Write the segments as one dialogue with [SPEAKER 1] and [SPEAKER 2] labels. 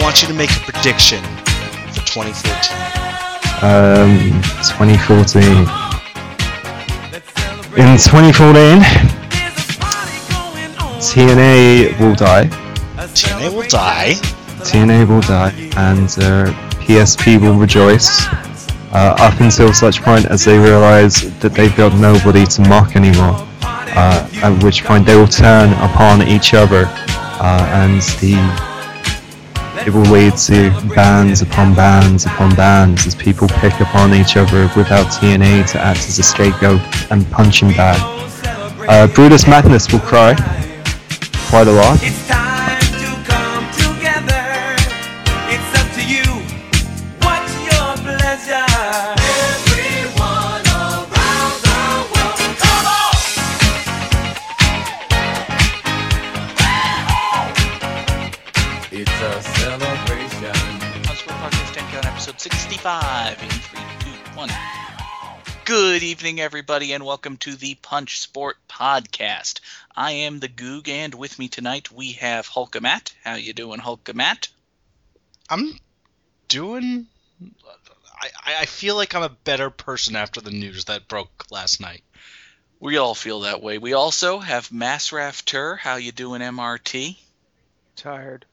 [SPEAKER 1] want you to make a prediction for 2014.
[SPEAKER 2] Um, 2014. In 2014, TNA will die.
[SPEAKER 1] TNA will die.
[SPEAKER 2] TNA will die, and uh, PSP will rejoice. Uh, up until such point as they realise that they've got nobody to mock anymore. Uh, at which point they will turn upon each other, uh, and the it will lead to bands upon bands upon bands as people pick upon each other without TNA to act as a scapegoat and punching bag. Uh, Brutus Magnus will cry quite a lot.
[SPEAKER 3] It's time to come together. It's up to you. What's your pleasure? Everyone around the world. Come on!
[SPEAKER 4] It's a celebration.
[SPEAKER 5] Huntsville Podcast Tenko episode 65 in 3, 2, 1. Good evening, everybody, and welcome to the Punch Sport Podcast. I am the Goog, and with me tonight we have Hulkamat. How you doing, Hulkamat?
[SPEAKER 1] I'm doing. I, I- I feel like I'm a better person after the news that broke last night.
[SPEAKER 5] We all feel that way. We also have Masraf Tur. How you doing, MRT?
[SPEAKER 6] Tired.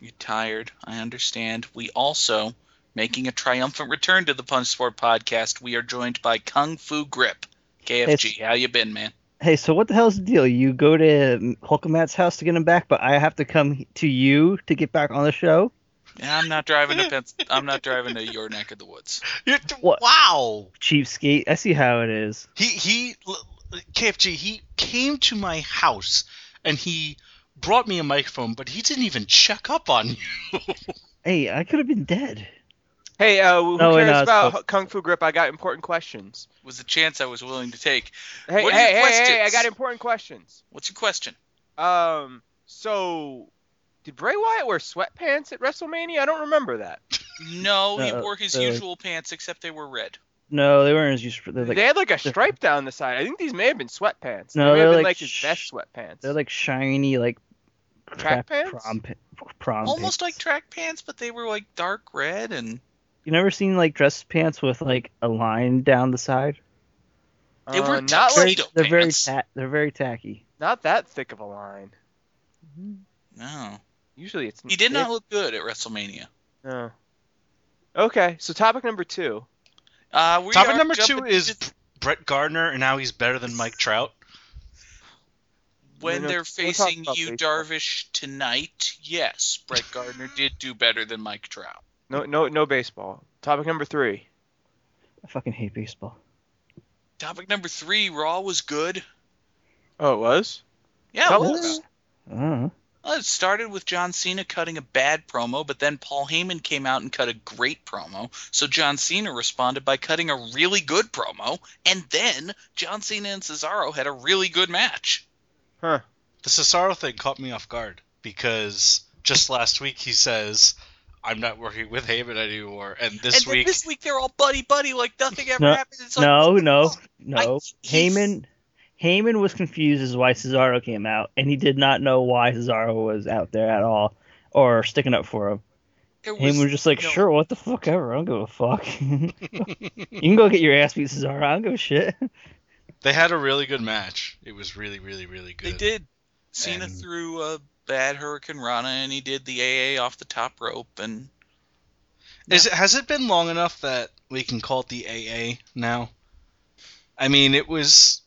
[SPEAKER 5] You're tired. I understand. We also, making a triumphant return to the Punch Sport Podcast, we are joined by Kung Fu Grip. KFG, how you been, man?
[SPEAKER 6] Hey, so what the hell's the deal? You go to Hulkamat's house to get him back, but I have to come to you to get back on the show.
[SPEAKER 5] Yeah, I'm not driving to Pens- I'm not driving to your neck of the woods.
[SPEAKER 1] You're-
[SPEAKER 6] What?
[SPEAKER 1] Wow.
[SPEAKER 6] Cheapskate. I see how it is.
[SPEAKER 1] He he l- l- KFG he came to my house and he brought me a microphone, but he didn't even check up on you.
[SPEAKER 6] Hey, I could have been dead.
[SPEAKER 7] Hey, uh, who
[SPEAKER 6] No, wait,
[SPEAKER 7] cares
[SPEAKER 6] no, it's
[SPEAKER 7] about
[SPEAKER 6] cool.
[SPEAKER 7] Kung Fu Grip? I got important questions.
[SPEAKER 5] Was a chance I was willing to take.
[SPEAKER 7] Hey,
[SPEAKER 5] What are your
[SPEAKER 7] hey, hey, hey, I
[SPEAKER 5] questions?
[SPEAKER 7] got important questions.
[SPEAKER 5] What's your question?
[SPEAKER 7] Um, so did Bray Wyatt wear sweatpants at WrestleMania? I don't remember that.
[SPEAKER 5] No, he
[SPEAKER 6] Uh,
[SPEAKER 5] wore his
[SPEAKER 6] uh,
[SPEAKER 5] usual pants except they were red.
[SPEAKER 6] No, they weren't as useful. They're like
[SPEAKER 7] they had like a
[SPEAKER 6] different.
[SPEAKER 7] stripe down the side. I think these may have been sweatpants.
[SPEAKER 6] No,
[SPEAKER 7] they may have
[SPEAKER 6] they're
[SPEAKER 7] been
[SPEAKER 6] like
[SPEAKER 7] his
[SPEAKER 6] sh-
[SPEAKER 7] best sweatpants.
[SPEAKER 6] they're like shiny, like crap
[SPEAKER 7] Track pants?
[SPEAKER 6] prom pa- prom.
[SPEAKER 5] Almost like
[SPEAKER 6] pants.
[SPEAKER 5] track pants, but they were like dark red and
[SPEAKER 6] you never seen like dress pants with like a line down the side.
[SPEAKER 5] they
[SPEAKER 7] Uh,
[SPEAKER 5] were
[SPEAKER 7] not
[SPEAKER 5] tuxedo
[SPEAKER 7] like
[SPEAKER 6] They're very
[SPEAKER 5] pants.
[SPEAKER 6] ta- they're very tacky.
[SPEAKER 7] not that thick of a line.
[SPEAKER 5] no.
[SPEAKER 7] Usually it's.
[SPEAKER 5] He did not
[SPEAKER 7] it's-
[SPEAKER 5] look good at WrestleMania.
[SPEAKER 7] No. Okay, so topic number two.
[SPEAKER 5] Uh, we
[SPEAKER 1] Topic
[SPEAKER 5] are
[SPEAKER 1] number
[SPEAKER 5] jumping
[SPEAKER 1] two is
[SPEAKER 5] to
[SPEAKER 1] Brett Gardner and how he's better than Mike Trout.
[SPEAKER 5] when
[SPEAKER 7] No, no,
[SPEAKER 5] they're
[SPEAKER 7] we'll talk
[SPEAKER 5] facing
[SPEAKER 7] about
[SPEAKER 5] you,
[SPEAKER 7] baseball.
[SPEAKER 5] Darvish tonight. Yes, Brett Gardner did do better than Mike Trout.
[SPEAKER 7] No, no, no baseball. Topic number three.
[SPEAKER 6] I fucking hate baseball.
[SPEAKER 5] Topic number three, Raw was good.
[SPEAKER 7] Oh, it was.
[SPEAKER 5] Yeah, it
[SPEAKER 7] Tell
[SPEAKER 5] was.
[SPEAKER 7] us.
[SPEAKER 6] I don't know.
[SPEAKER 5] Well, it started with John Cena cutting a bad promo, but then Paul Heyman came out and cut a great promo. So John Cena responded by cutting a really good promo, and then John Cena and Cesaro had a really good match.
[SPEAKER 7] Huh.
[SPEAKER 1] The Cesaro thing caught me off guard because just last week he says, "I'm not working with Heyman anymore," and this
[SPEAKER 5] and then
[SPEAKER 1] week
[SPEAKER 5] this week they're all buddy buddy, like nothing ever
[SPEAKER 6] No,
[SPEAKER 5] happened. It's like,
[SPEAKER 6] No,
[SPEAKER 5] what the
[SPEAKER 6] no,
[SPEAKER 5] fuck?
[SPEAKER 6] no.
[SPEAKER 5] I-
[SPEAKER 6] Heyman, Heyman was confused as to why Cesaro came out, and he did not know why Cesaro was out there at all or sticking up for him.
[SPEAKER 5] There was
[SPEAKER 6] Heyman was just like,
[SPEAKER 5] no-
[SPEAKER 6] sure, what the fuck ever, I don't give a fuck. you can go get your ass beat, Cesaro. I don't give a shit.
[SPEAKER 1] they had a really good match. It was really, really, really good.
[SPEAKER 5] They did. Cena
[SPEAKER 1] And-
[SPEAKER 5] threw a bad Hurricane Rana, and he did the AA off the top rope, and
[SPEAKER 1] Is it, has it been long enough that we can call it the AA now? I mean, it was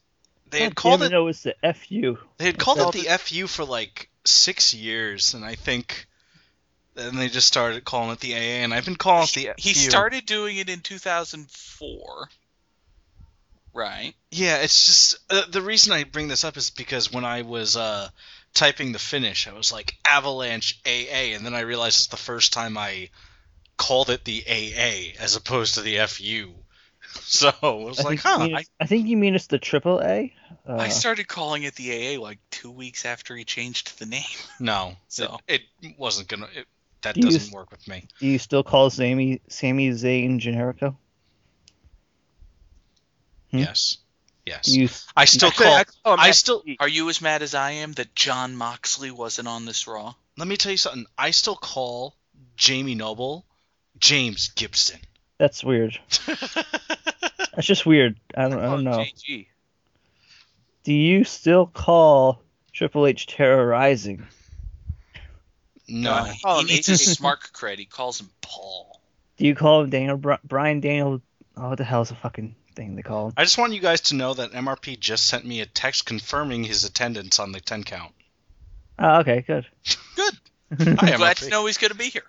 [SPEAKER 1] they had
[SPEAKER 6] God
[SPEAKER 1] called
[SPEAKER 6] damn
[SPEAKER 1] it
[SPEAKER 6] No, it's the F you.
[SPEAKER 1] they had called it
[SPEAKER 6] called
[SPEAKER 1] the FU for like six years, and I think then they just started calling it the AA, and I've been calling it the
[SPEAKER 5] he
[SPEAKER 1] FU.
[SPEAKER 5] started doing it in 2004. Right.
[SPEAKER 1] Yeah, it's just uh, the reason I bring this up is because when I was uh, typing the finish, I was like Avalanche AA, and then I realized it's the first time I called it the AA as opposed to the FU. So I was like,
[SPEAKER 6] think
[SPEAKER 1] huh,
[SPEAKER 6] you mean
[SPEAKER 1] I
[SPEAKER 6] it's- I think you mean it's the triple A. Uh,
[SPEAKER 5] I started calling it the AA like two weeks after he changed the name.
[SPEAKER 1] No,
[SPEAKER 5] So-
[SPEAKER 1] it, it wasn't gonna. It, that
[SPEAKER 6] Do you
[SPEAKER 1] doesn't
[SPEAKER 6] s-
[SPEAKER 1] work with me.
[SPEAKER 6] do you still call Sammy Sammy Zayn Generico? Hmm?
[SPEAKER 1] Yes, yes.
[SPEAKER 6] Do you
[SPEAKER 1] I still
[SPEAKER 7] Actually,
[SPEAKER 1] call.
[SPEAKER 7] I- oh, I'm
[SPEAKER 1] I
[SPEAKER 7] at-
[SPEAKER 1] still.
[SPEAKER 5] Are you as mad as I am that John Moxley wasn't on this Raw?
[SPEAKER 1] Let me tell you something. I still call Jamie Noble, James Gibson.
[SPEAKER 6] That's weird. That's just weird. I don't, I don't
[SPEAKER 1] Oh,
[SPEAKER 6] know.
[SPEAKER 7] JG.
[SPEAKER 6] Do you still call Triple H terrorizing?
[SPEAKER 1] no,
[SPEAKER 5] No,
[SPEAKER 7] Oh,
[SPEAKER 5] he, he needs his smart cred. He calls him Paul.
[SPEAKER 6] Do you call him Daniel Br- Brian Daniel? Oh, what the hell is the fucking thing they call him?
[SPEAKER 1] I just want you guys to know that MRP just sent me a text confirming his attendance on the 10 count.
[SPEAKER 6] Oh, okay, good.
[SPEAKER 5] Good.
[SPEAKER 1] Hi,
[SPEAKER 5] I'm glad to
[SPEAKER 1] MRP.
[SPEAKER 5] know he's going to be here.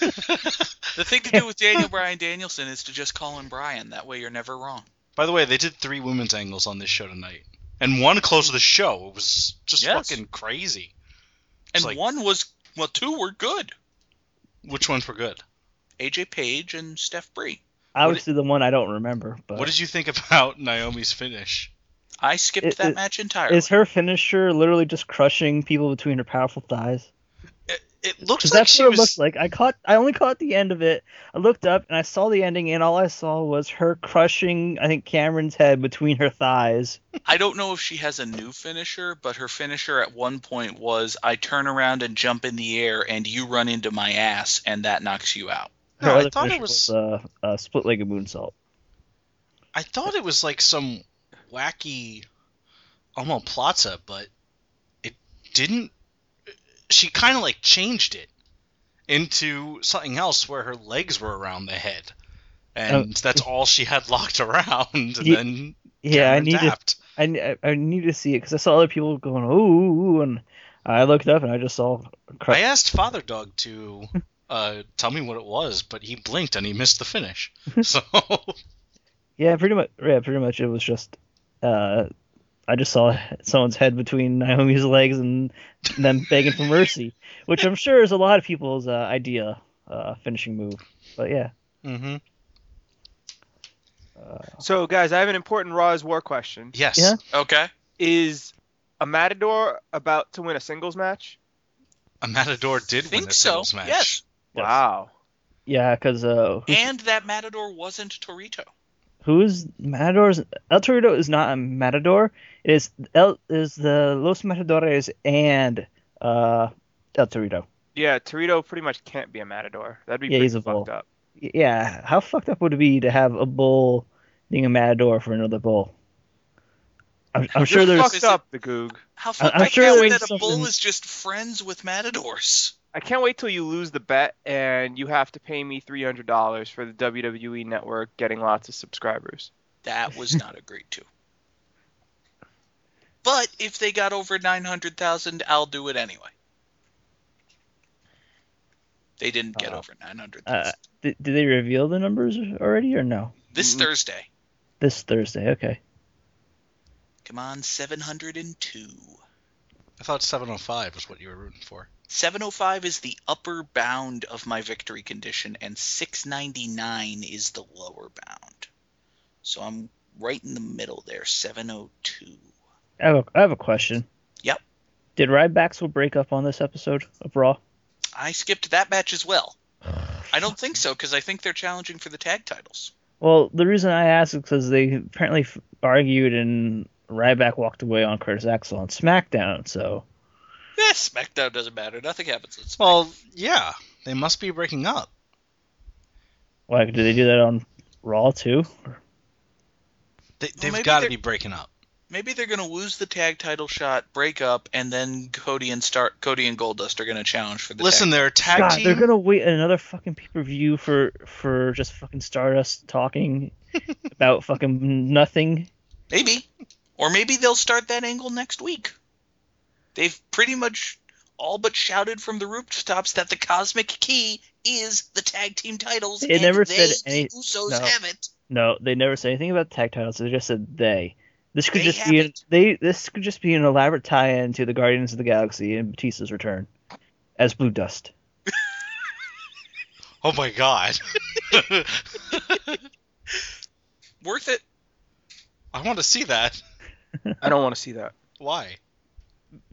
[SPEAKER 5] The thing to do with Daniel Bryan Danielson is to just call him Brian. That way you're never wrong.
[SPEAKER 1] By the way, they did three women's angles on this show tonight, and one closed the show. It was just
[SPEAKER 5] Yes.
[SPEAKER 1] fucking crazy.
[SPEAKER 5] And
[SPEAKER 1] like-
[SPEAKER 5] one was, well, two were good.
[SPEAKER 1] Which ones were good?
[SPEAKER 5] AJ Page and Steph Bree.
[SPEAKER 6] Obviously, the one I don't remember. But
[SPEAKER 1] What did you think about Naomi's finish?
[SPEAKER 5] I skipped
[SPEAKER 6] It-
[SPEAKER 5] that
[SPEAKER 6] it-
[SPEAKER 5] match entirely.
[SPEAKER 6] is her finisher literally just crushing people between her powerful thighs?
[SPEAKER 1] It, it looks
[SPEAKER 6] Because
[SPEAKER 1] like
[SPEAKER 6] that's
[SPEAKER 1] she
[SPEAKER 6] what it
[SPEAKER 1] was.
[SPEAKER 6] looked like. I caught, I only caught the end of it. I looked up and I saw the ending, and all I saw was her crushing. I think Cameron's head between her thighs.
[SPEAKER 5] I don't know if she has a new finisher, but her finisher at one point was I turn around and jump in the air and you run into my ass and that knocks you out.
[SPEAKER 6] Her
[SPEAKER 1] No, I
[SPEAKER 6] other
[SPEAKER 1] thought it
[SPEAKER 6] finisher
[SPEAKER 1] was-
[SPEAKER 6] was uh, a split-legged moonsault.
[SPEAKER 1] I thought it was like some wacky, Alma Plata, but it didn't. She kind of like changed it into something else where her legs were around the head, and that's all she had locked around. And
[SPEAKER 6] Oh. Ye-
[SPEAKER 1] then
[SPEAKER 6] Yeah, I
[SPEAKER 1] Cameron
[SPEAKER 6] need to
[SPEAKER 1] tapped.
[SPEAKER 6] I, ne- I I need to see it because I saw other people going ooh, ooh, and I looked up and I just saw. Cru-
[SPEAKER 1] I asked Father Dog to uh, tell me what it was, but he blinked and he missed the finish.
[SPEAKER 6] Mm-hmm.
[SPEAKER 1] So
[SPEAKER 6] yeah, pretty much. Yeah, pretty much. It was just. Uh, I just saw someone's head between Naomi's legs and them begging for mercy, which I'm sure is a lot of people's uh, idea uh, finishing move. But yeah,
[SPEAKER 1] Mhm.
[SPEAKER 7] So, guys, I have an important Raw's War question.
[SPEAKER 1] yes,
[SPEAKER 6] Yeah?
[SPEAKER 5] Okay.
[SPEAKER 7] Is a Matador about to win a singles match?
[SPEAKER 1] a Matador did
[SPEAKER 5] I think
[SPEAKER 1] win a
[SPEAKER 5] so.
[SPEAKER 1] singles match.
[SPEAKER 5] Yes.
[SPEAKER 6] Yes.
[SPEAKER 7] Wow.
[SPEAKER 6] yeah, because uh, who's,
[SPEAKER 5] And that Matador wasn't Torito.
[SPEAKER 6] who's Matador's El Torito is not a Matador. It is El is the Los Matadores and uh, El Torito.
[SPEAKER 7] Yeah, Torito pretty much can't be a Matador. That'd be
[SPEAKER 6] Yeah,
[SPEAKER 7] pretty
[SPEAKER 6] he's a
[SPEAKER 7] fucked
[SPEAKER 6] bull.
[SPEAKER 7] up.
[SPEAKER 6] yeah, how fucked up would it be to have a bull being a matador for another bull? I'm, I'm sure
[SPEAKER 7] You're
[SPEAKER 6] there's.
[SPEAKER 7] fucked up, the Goog.
[SPEAKER 5] How fucked
[SPEAKER 6] I'm
[SPEAKER 5] I
[SPEAKER 6] sure
[SPEAKER 5] can't
[SPEAKER 6] there
[SPEAKER 5] wait
[SPEAKER 6] is
[SPEAKER 5] that a bull
[SPEAKER 6] something-
[SPEAKER 5] is just friends with Matadors.
[SPEAKER 7] I can't wait till you lose the bet and you have to pay me three hundred dollars for the WWE Network getting lots of subscribers.
[SPEAKER 5] That was not agreed to. But if they got over 900,000, I'll do it anyway. They didn't get
[SPEAKER 6] Uh,
[SPEAKER 5] over 900,000.
[SPEAKER 6] Uh, did, did they reveal the numbers already or no?
[SPEAKER 5] this
[SPEAKER 7] mm.
[SPEAKER 5] Thursday.
[SPEAKER 6] This Thursday, okay.
[SPEAKER 5] Come on, 702.
[SPEAKER 1] I thought 705 was what you were rooting for.
[SPEAKER 5] 705 is the upper bound of my victory condition, and 699 is the lower bound. So I'm right in the middle there, 702.
[SPEAKER 6] I have a, I have a question.
[SPEAKER 5] Yep.
[SPEAKER 6] Did Rybacks will break up on this episode of Raw?
[SPEAKER 5] I skipped that match as well. I don't think so, because I think they're challenging for the tag titles.
[SPEAKER 6] Well, the reason I asked is because they apparently f- argued and Ryback walked away on Curtis Axel on SmackDown, so.
[SPEAKER 5] Yeah, Eh, SmackDown doesn't matter. Nothing happens. It's
[SPEAKER 1] Well, yeah, they must be breaking up.
[SPEAKER 6] Why did they do that on Raw too?
[SPEAKER 1] They, they've
[SPEAKER 5] maybe
[SPEAKER 1] got to
[SPEAKER 5] they're-
[SPEAKER 1] be breaking up.
[SPEAKER 5] maybe they're gonna lose the tag title shot, break up, and then Cody and start Cody and Goldust are gonna challenge for the
[SPEAKER 1] Listen,
[SPEAKER 5] Tag.
[SPEAKER 1] they're a tag
[SPEAKER 6] God,
[SPEAKER 1] team.
[SPEAKER 6] they're gonna wait another fucking pay per view for for just fucking Stardust talking about fucking nothing.
[SPEAKER 5] Maybe, or maybe they'll start that angle next week. They've pretty much all but shouted from the rooftops that the Cosmic Key is the tag team titles.
[SPEAKER 6] They
[SPEAKER 5] and
[SPEAKER 6] never
[SPEAKER 5] they,
[SPEAKER 6] said any-
[SPEAKER 5] the Usos
[SPEAKER 6] no.
[SPEAKER 5] have it.
[SPEAKER 6] No, they never said anything about tag titles. They just said they. This could
[SPEAKER 5] They
[SPEAKER 6] just be an,
[SPEAKER 5] haven't.
[SPEAKER 6] they. This could just be an elaborate tie-in to the Guardians of the Galaxy and Batista's return as Blue Dust.
[SPEAKER 1] Oh my god.
[SPEAKER 5] Worth it.
[SPEAKER 1] I want to see that.
[SPEAKER 7] I don't want to see that.
[SPEAKER 1] Why?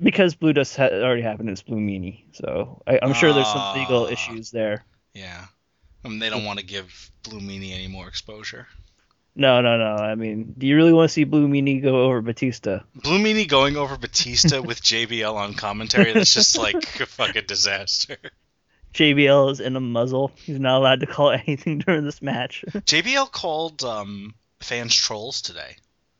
[SPEAKER 6] Because Blue Dust ha- already happened, it's Blue Meanie. So I, I'm sure there's some legal
[SPEAKER 1] Ah.
[SPEAKER 6] issues there.
[SPEAKER 1] Yeah. I mean, they don't want to give Blue Meanie any more exposure.
[SPEAKER 6] No, no, no. I mean, do you really want to see Blue Meanie go over Batista?
[SPEAKER 1] Blue Meanie going over Batista with JBL on commentary, that's just like a fucking disaster.
[SPEAKER 6] JBL is in a muzzle. He's not allowed to call anything during this match.
[SPEAKER 1] JBL called um, fans trolls today.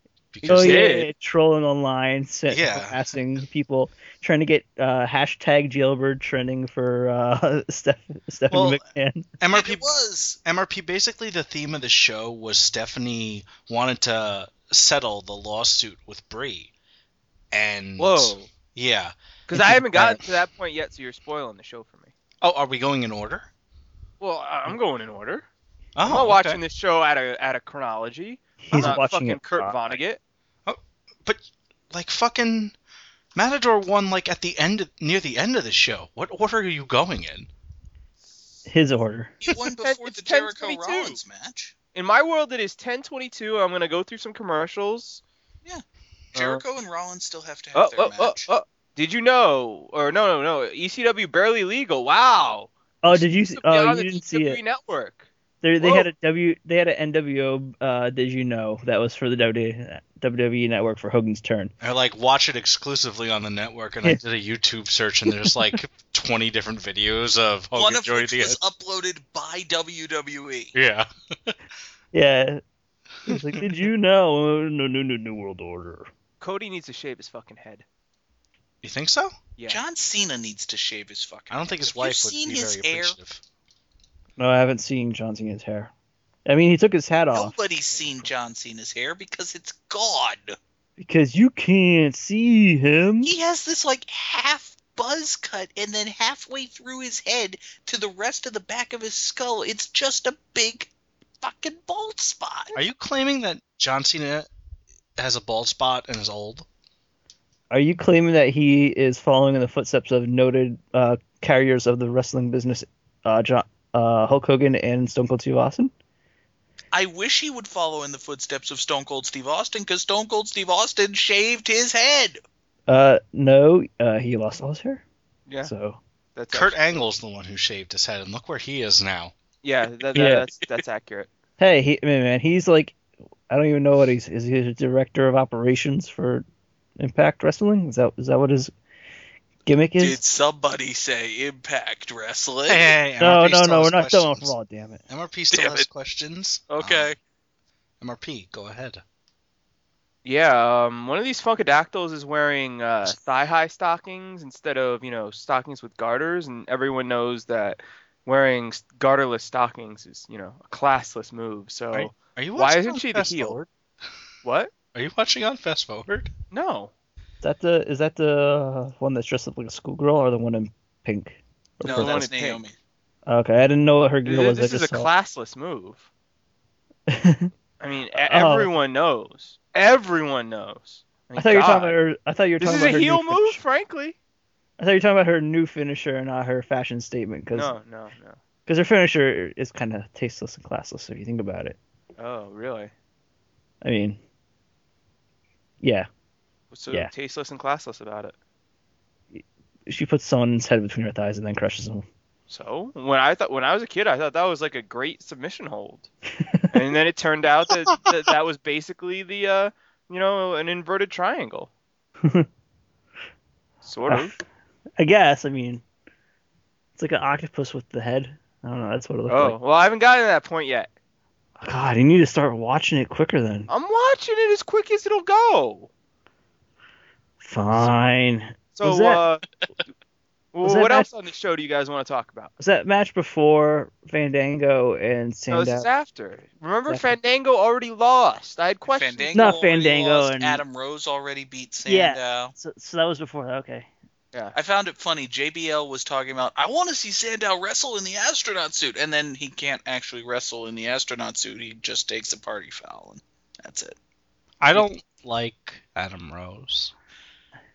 [SPEAKER 6] oh
[SPEAKER 1] Because
[SPEAKER 6] yeah,
[SPEAKER 7] did.
[SPEAKER 6] yeah, yeah, trolling online, sent,
[SPEAKER 1] Yeah.
[SPEAKER 6] harassing people, trying to get uh, hashtag jailbird trending for uh, Steph, Stephanie
[SPEAKER 1] Well,
[SPEAKER 6] McMahon.
[SPEAKER 5] And
[SPEAKER 1] MRP
[SPEAKER 5] it was.
[SPEAKER 1] MRP basically the theme of the show was Stephanie wanted to settle the lawsuit with Brie. And
[SPEAKER 7] Whoa.
[SPEAKER 1] yeah.
[SPEAKER 7] Because I haven't gotten to that point yet, so you're spoiling the show for me.
[SPEAKER 1] Oh, are we going in order?
[SPEAKER 7] Well, I- I'm going in order.
[SPEAKER 1] Oh,
[SPEAKER 7] I'm not
[SPEAKER 1] okay.
[SPEAKER 7] watching this show out of out of chronology. I'm
[SPEAKER 6] He's
[SPEAKER 7] not
[SPEAKER 6] watching
[SPEAKER 7] fucking
[SPEAKER 6] it.
[SPEAKER 7] Kurt
[SPEAKER 6] live.
[SPEAKER 7] Vonnegut.
[SPEAKER 1] Like fucking Matador won like at the end near the end of the show. What order are you going in?
[SPEAKER 6] His order.
[SPEAKER 5] He won before
[SPEAKER 7] It's
[SPEAKER 5] the Jericho
[SPEAKER 7] 10-22.
[SPEAKER 5] Rollins match.
[SPEAKER 7] In my world, it is 10:22. I'm gonna go through some commercials. Uh,
[SPEAKER 5] Jericho and Rollins still have to have
[SPEAKER 7] Oh,
[SPEAKER 5] their
[SPEAKER 7] oh, oh,
[SPEAKER 5] match.
[SPEAKER 7] oh! Did you know? Or no, no, no. ECW barely legal. Wow.
[SPEAKER 6] Oh, did you?
[SPEAKER 7] Used
[SPEAKER 6] See,
[SPEAKER 7] to be
[SPEAKER 6] oh,
[SPEAKER 7] on
[SPEAKER 6] you
[SPEAKER 7] the
[SPEAKER 6] didn't see
[SPEAKER 7] WWE
[SPEAKER 6] it.
[SPEAKER 7] Network.
[SPEAKER 6] They they
[SPEAKER 7] Whoa.
[SPEAKER 6] had a W. They had an NWO. Uh, did you know that was for the WWE WWE E Network for Hogan's turn?
[SPEAKER 1] Or like watch it exclusively on the network and I did a YouTube search and there's like 20 different videos of
[SPEAKER 7] Oh,
[SPEAKER 1] Hogan
[SPEAKER 5] One of
[SPEAKER 1] Joey
[SPEAKER 5] which
[SPEAKER 1] Diaz.
[SPEAKER 5] was uploaded by E. WWE.
[SPEAKER 1] Yeah.
[SPEAKER 6] Yeah. It's like, did you know? Uh, No, no, no, New World Order.
[SPEAKER 7] Cody needs to shave his fucking head.
[SPEAKER 1] You think so?
[SPEAKER 7] Yeah.
[SPEAKER 5] John Cena needs to shave his
[SPEAKER 1] I
[SPEAKER 5] fucking.
[SPEAKER 1] don't think his
[SPEAKER 5] Have you
[SPEAKER 1] wife would
[SPEAKER 5] seen
[SPEAKER 1] be
[SPEAKER 5] his
[SPEAKER 1] very
[SPEAKER 5] hair?
[SPEAKER 1] appreciative.
[SPEAKER 6] No, I haven't seen John Cena's hair. I mean, he took his hat off
[SPEAKER 5] Nobody's seen John Cena's hair because it's gone.
[SPEAKER 6] because you can't see him.
[SPEAKER 5] He has this like half buzz cut, and then halfway through his head to the rest of the back of his skull, it's just a big fucking bald spot.
[SPEAKER 1] Are you claiming that John Cena has a bald spot and is old?
[SPEAKER 6] Are you claiming that he is following in the footsteps of noted uh, carriers of the wrestling business, uh, John, uh, Hulk Hogan and Stone Cold Steve Austin?
[SPEAKER 5] I wish he would follow in the footsteps of Stone Cold Steve Austin because Stone Cold Steve Austin shaved his head.
[SPEAKER 6] Uh, no, uh, he lost all his hair.
[SPEAKER 7] Yeah.
[SPEAKER 6] So
[SPEAKER 7] That's
[SPEAKER 1] Kurt
[SPEAKER 7] actually-
[SPEAKER 1] Angle's the one who shaved his head, and look where he is now.
[SPEAKER 7] yeah. That, that,
[SPEAKER 6] Yeah.
[SPEAKER 7] That's that's accurate.
[SPEAKER 6] hey, he, man, man, he's like, I don't even know what he's. Is he a director of operations for Impact Wrestling? Is that is that what his gimmick is?
[SPEAKER 5] Did somebody say Impact Wrestling?
[SPEAKER 1] Hey,
[SPEAKER 6] no,
[SPEAKER 1] MRP
[SPEAKER 6] no,
[SPEAKER 1] still has
[SPEAKER 6] no, we're not done
[SPEAKER 1] questions.
[SPEAKER 6] with Raw. Damn it.
[SPEAKER 1] MRP still
[SPEAKER 5] Damn
[SPEAKER 1] has
[SPEAKER 5] it.
[SPEAKER 1] questions.
[SPEAKER 5] Okay.
[SPEAKER 1] Um, MRP, go ahead.
[SPEAKER 7] Yeah. Um. One of these Funkadactyls is wearing uh, thigh-high stockings instead of you know stockings with garters, and everyone knows that wearing s- garterless stockings is you know a classless move. So
[SPEAKER 1] Right. Are you watching
[SPEAKER 7] Why
[SPEAKER 1] on
[SPEAKER 7] isn't she the
[SPEAKER 1] Fast
[SPEAKER 7] heel?
[SPEAKER 1] Forward?
[SPEAKER 7] what?
[SPEAKER 1] Are you watching on Fast Forward?
[SPEAKER 7] No.
[SPEAKER 6] Is that the is that the one that's dressed up like a schoolgirl or the one in pink? Or
[SPEAKER 5] No,
[SPEAKER 6] purple?
[SPEAKER 7] one
[SPEAKER 5] that's
[SPEAKER 7] in
[SPEAKER 5] Naomi.
[SPEAKER 6] Okay, I didn't know what her
[SPEAKER 7] Th-
[SPEAKER 6] gear was.
[SPEAKER 7] This
[SPEAKER 6] I
[SPEAKER 7] is a
[SPEAKER 6] just saw.
[SPEAKER 7] classless move. I mean, e-
[SPEAKER 6] Oh.
[SPEAKER 7] everyone knows. Everyone knows.
[SPEAKER 6] I thought you were talking about her. I thought you were
[SPEAKER 7] Oh This
[SPEAKER 6] talking
[SPEAKER 7] is
[SPEAKER 6] about
[SPEAKER 7] a
[SPEAKER 6] her
[SPEAKER 7] heel
[SPEAKER 6] new
[SPEAKER 7] move,
[SPEAKER 6] finish-
[SPEAKER 7] frankly.
[SPEAKER 6] I thought you were talking about her new finisher and not her fashion statement because
[SPEAKER 7] No, no, no.
[SPEAKER 6] her finisher is kind of tasteless and classless if you think about it.
[SPEAKER 7] Oh, really?
[SPEAKER 6] I mean, yeah,
[SPEAKER 7] What's so
[SPEAKER 6] Yeah.
[SPEAKER 7] tasteless and classless about it?
[SPEAKER 6] she puts someone's head between her thighs and then crushes them.
[SPEAKER 7] So when I thought when I was a kid, I thought that was like a great submission hold, and then it turned out that that, that was basically the uh, you know an inverted triangle. sort of.
[SPEAKER 6] I guess. I mean, it's like an octopus with the head. I don't know. That's what it looked
[SPEAKER 7] Oh
[SPEAKER 6] like.
[SPEAKER 7] well, I haven't gotten to that point yet.
[SPEAKER 6] God, you need to start watching it quicker then.
[SPEAKER 7] I'm watching it as quick as it'll go.
[SPEAKER 6] Fine.
[SPEAKER 7] So
[SPEAKER 6] Was that-
[SPEAKER 7] uh,
[SPEAKER 6] was
[SPEAKER 7] well,
[SPEAKER 6] that
[SPEAKER 7] what
[SPEAKER 6] match-
[SPEAKER 7] else on the show do you guys want to talk about?
[SPEAKER 6] Was that match before Fandango and
[SPEAKER 7] No, Oh, this
[SPEAKER 6] Sandow?
[SPEAKER 7] is after. Remember,
[SPEAKER 6] It's after.
[SPEAKER 7] Fandango already lost. I had questions.
[SPEAKER 5] Fandango
[SPEAKER 6] Not
[SPEAKER 5] already
[SPEAKER 6] Fandango
[SPEAKER 5] lost.
[SPEAKER 6] and-
[SPEAKER 5] Adam Rose already beat Sandow.
[SPEAKER 6] Yeah. so, so that was before that. Okay.
[SPEAKER 5] I found it funny. JBL was talking about, I want to see Sandow wrestle in the astronaut suit, and then he can't actually wrestle in the astronaut suit. He just takes a party foul, and that's it.
[SPEAKER 1] I don't like Adam Rose.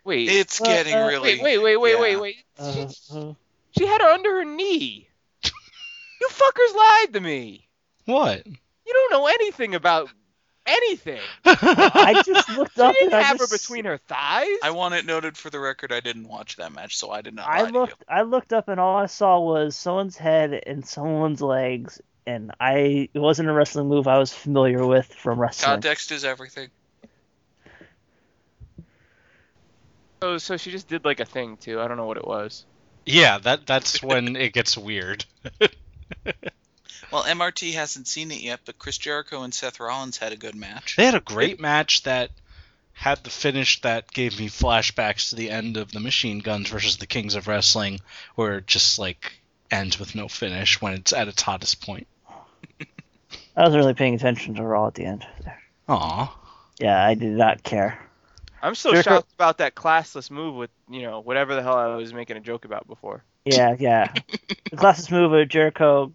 [SPEAKER 7] Wait,
[SPEAKER 5] It's
[SPEAKER 6] Uh,
[SPEAKER 5] getting
[SPEAKER 6] uh,
[SPEAKER 5] really.
[SPEAKER 7] wait, wait, wait, wait,
[SPEAKER 5] yeah.
[SPEAKER 7] wait, wait.
[SPEAKER 6] Uh, uh,
[SPEAKER 7] She had her under her knee. you fuckers lied to me.
[SPEAKER 1] What?
[SPEAKER 7] You don't know anything about anything.
[SPEAKER 6] I just looked
[SPEAKER 7] She
[SPEAKER 6] up
[SPEAKER 7] didn't
[SPEAKER 6] and I
[SPEAKER 7] have her
[SPEAKER 6] just-
[SPEAKER 7] between her thighs.
[SPEAKER 5] I want it noted for the record I didn't watch that match, so I did not. lie
[SPEAKER 6] I
[SPEAKER 5] to you.
[SPEAKER 6] looked. I looked up and all I saw was someone's head and someone's legs, and I it wasn't a wrestling move I was familiar with from wrestling.
[SPEAKER 5] Context is everything.
[SPEAKER 7] So, so she just did like a thing too. I don't know what it was.
[SPEAKER 1] Yeah, that that's when it gets weird.
[SPEAKER 5] Well, MRT hasn't seen it yet, but Chris Jericho and Seth Rollins had a good match.
[SPEAKER 1] They had a great match that had the finish that gave me flashbacks to the end of the Machine Guns versus the Kings of Wrestling, where it just like ends with no finish when it's at its hottest point.
[SPEAKER 6] I wasn't really paying attention to Raw at the end.
[SPEAKER 1] Aw.
[SPEAKER 6] Yeah, I did not care.
[SPEAKER 7] I'm still
[SPEAKER 6] Jericho-
[SPEAKER 7] shocked about that classless move with you know whatever the hell I was making a joke about before.
[SPEAKER 6] Yeah, yeah. the classless move of Jericho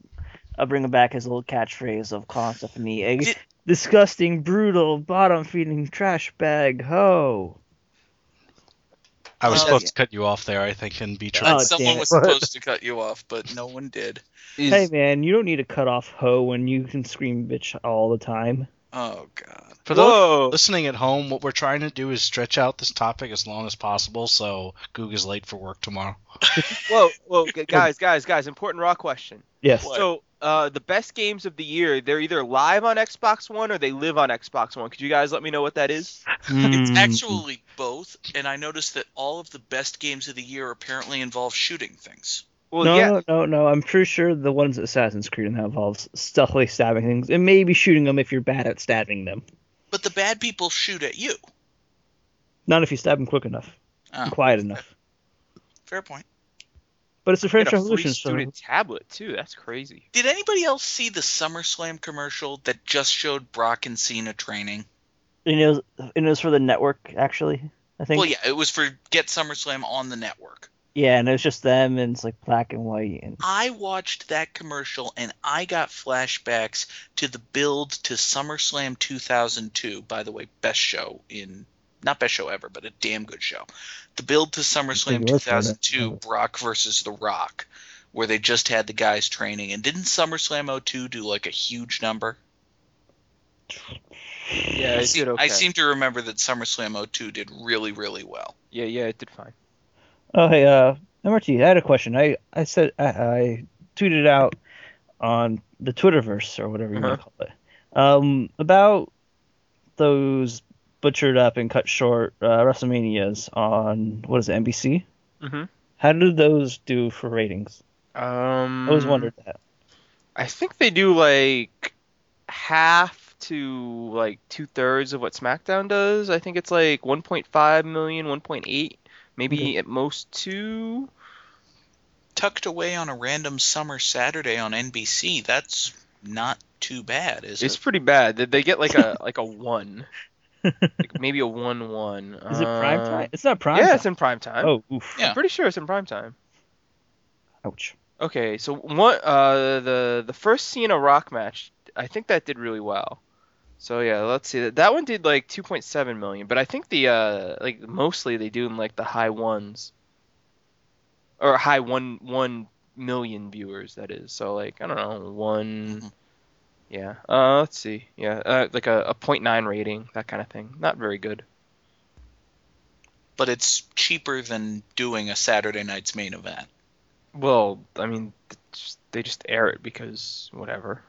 [SPEAKER 6] uh, bringing back his old catchphrase of calling stuff me a
[SPEAKER 5] Did-
[SPEAKER 6] disgusting, brutal, bottom feeding trash bag ho.
[SPEAKER 1] I was
[SPEAKER 5] Uh,
[SPEAKER 1] supposed to cut you off there, I think, and be
[SPEAKER 6] Oh,
[SPEAKER 1] true.
[SPEAKER 5] But someone
[SPEAKER 6] damn
[SPEAKER 5] was
[SPEAKER 6] it.
[SPEAKER 5] supposed to cut you off, but no one did.
[SPEAKER 6] Hey man, you don't need to cut off ho when you can scream bitch all the time.
[SPEAKER 5] Oh god.
[SPEAKER 1] For those
[SPEAKER 7] Whoa!
[SPEAKER 1] listening at home, what we're trying to do is stretch out this topic as long as possible so Goog is late for work tomorrow.
[SPEAKER 7] whoa, whoa, g- guys, guys, guys! Important raw question.
[SPEAKER 6] Yes.
[SPEAKER 5] What?
[SPEAKER 7] So, uh, the best games of the year, they're either live on Xbox One or they live on Xbox One. Could you guys let me know what that is?
[SPEAKER 5] It's actually both, and I noticed that all of the best games of the year apparently involve shooting things.
[SPEAKER 7] Well,
[SPEAKER 6] no,
[SPEAKER 7] yeah.
[SPEAKER 6] no, no, no. I'm pretty sure the ones that Assassin's Creed and that involves stealthily stabbing things and maybe shooting them if you're bad at stabbing them.
[SPEAKER 5] But the bad people shoot at you.
[SPEAKER 6] Not if you stab them quick enough,
[SPEAKER 5] Oh,
[SPEAKER 7] Ah.
[SPEAKER 6] and quiet enough.
[SPEAKER 5] fair point.
[SPEAKER 6] But it's a
[SPEAKER 7] Get
[SPEAKER 6] French
[SPEAKER 7] a free
[SPEAKER 6] Revolution, so
[SPEAKER 7] student tablet too. That's crazy.
[SPEAKER 5] Did anybody else see the SummerSlam commercial that just showed Brock and Cena training?
[SPEAKER 6] and it, was, and it was for the network actually. I think.
[SPEAKER 5] Well, yeah, it was for Get SummerSlam on the network.
[SPEAKER 6] Yeah, and it was just them, and it's like black and white, and
[SPEAKER 5] I watched that commercial and I got flashbacks to the build to SummerSlam 2002. By the way, best show in not best show ever, but a damn good show. The build to SummerSlam
[SPEAKER 6] Pretty good for that.
[SPEAKER 5] 2002, Brock versus The Rock, where they just had the guys training. And didn't SummerSlam 02 do like a huge number?
[SPEAKER 7] Yeah, it did okay.
[SPEAKER 5] I seem to remember that SummerSlam 02 did really, really well.
[SPEAKER 7] Yeah, yeah, it did fine.
[SPEAKER 6] Oh hey, uh, MRT, I had a question. I I said I, I tweeted out on the Twitterverse or whatever you want
[SPEAKER 7] Uh-huh.
[SPEAKER 6] to call it um, about those butchered up and cut short uh, WrestleManias on what is it NBC?
[SPEAKER 7] Mhm.
[SPEAKER 6] How did those do for ratings? I
[SPEAKER 7] Um,
[SPEAKER 6] always wondered that.
[SPEAKER 7] I think they do like half to like two thirds of what SmackDown does. I think it's like 1.5 million, 1.8, maybe at most two.
[SPEAKER 5] Tucked away on a random summer Saturday on NBC, that's not too bad, is
[SPEAKER 7] It's
[SPEAKER 5] it?
[SPEAKER 7] pretty bad. They- They get like a like a one, like maybe a one one.
[SPEAKER 6] Is it prime time? It's not prime.
[SPEAKER 7] Uh, Yeah,
[SPEAKER 6] time.
[SPEAKER 7] it's in prime time.
[SPEAKER 6] Oh, oof.
[SPEAKER 5] Yeah.
[SPEAKER 7] I'm pretty sure it's in prime time.
[SPEAKER 6] Ouch.
[SPEAKER 7] Okay, so one uh the the first Cena Rock match, I think that did really well. So yeah, let's see that that one did like 2.7 million, but I think the uh like mostly they do in like the high ones or high one one million viewers that is. So like I don't know one.
[SPEAKER 5] Mhm.
[SPEAKER 7] Yeah. Uh, let's see. Yeah, uh, like a, a 0.9 rating, that kind of thing. Not very good.
[SPEAKER 5] but it's cheaper than doing a Saturday night's main event.
[SPEAKER 7] Well, I mean, it's- they just air it because whatever.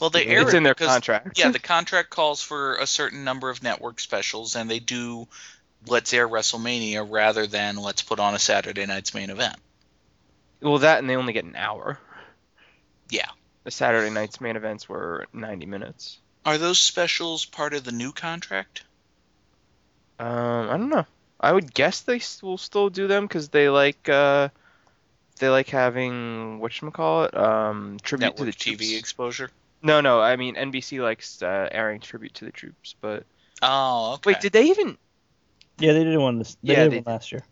[SPEAKER 5] Well, they air
[SPEAKER 7] it's
[SPEAKER 5] it
[SPEAKER 7] in their
[SPEAKER 5] because-
[SPEAKER 7] contract.
[SPEAKER 5] Yeah, the contract calls for a certain number of network specials, and they do let's air WrestleMania rather than let's put on a Saturday night's main event.
[SPEAKER 7] Well, that and they only get an hour.
[SPEAKER 5] Yeah.
[SPEAKER 7] The Saturday night's main events were 90 minutes.
[SPEAKER 5] Are those specials part of the new contract?
[SPEAKER 7] Um, I don't know. I would guess they s- will still do them because they like uh, they like having what call it um tribute
[SPEAKER 5] Network
[SPEAKER 7] to the
[SPEAKER 5] TV
[SPEAKER 7] troops.
[SPEAKER 5] exposure.
[SPEAKER 7] No, no. I mean NBC likes uh, airing tribute to the troops, but
[SPEAKER 5] Oh, okay.
[SPEAKER 7] wait, did they even?
[SPEAKER 6] Yeah, they did one this. They
[SPEAKER 7] Yeah,
[SPEAKER 6] did
[SPEAKER 7] they
[SPEAKER 6] one
[SPEAKER 7] did.
[SPEAKER 6] last year.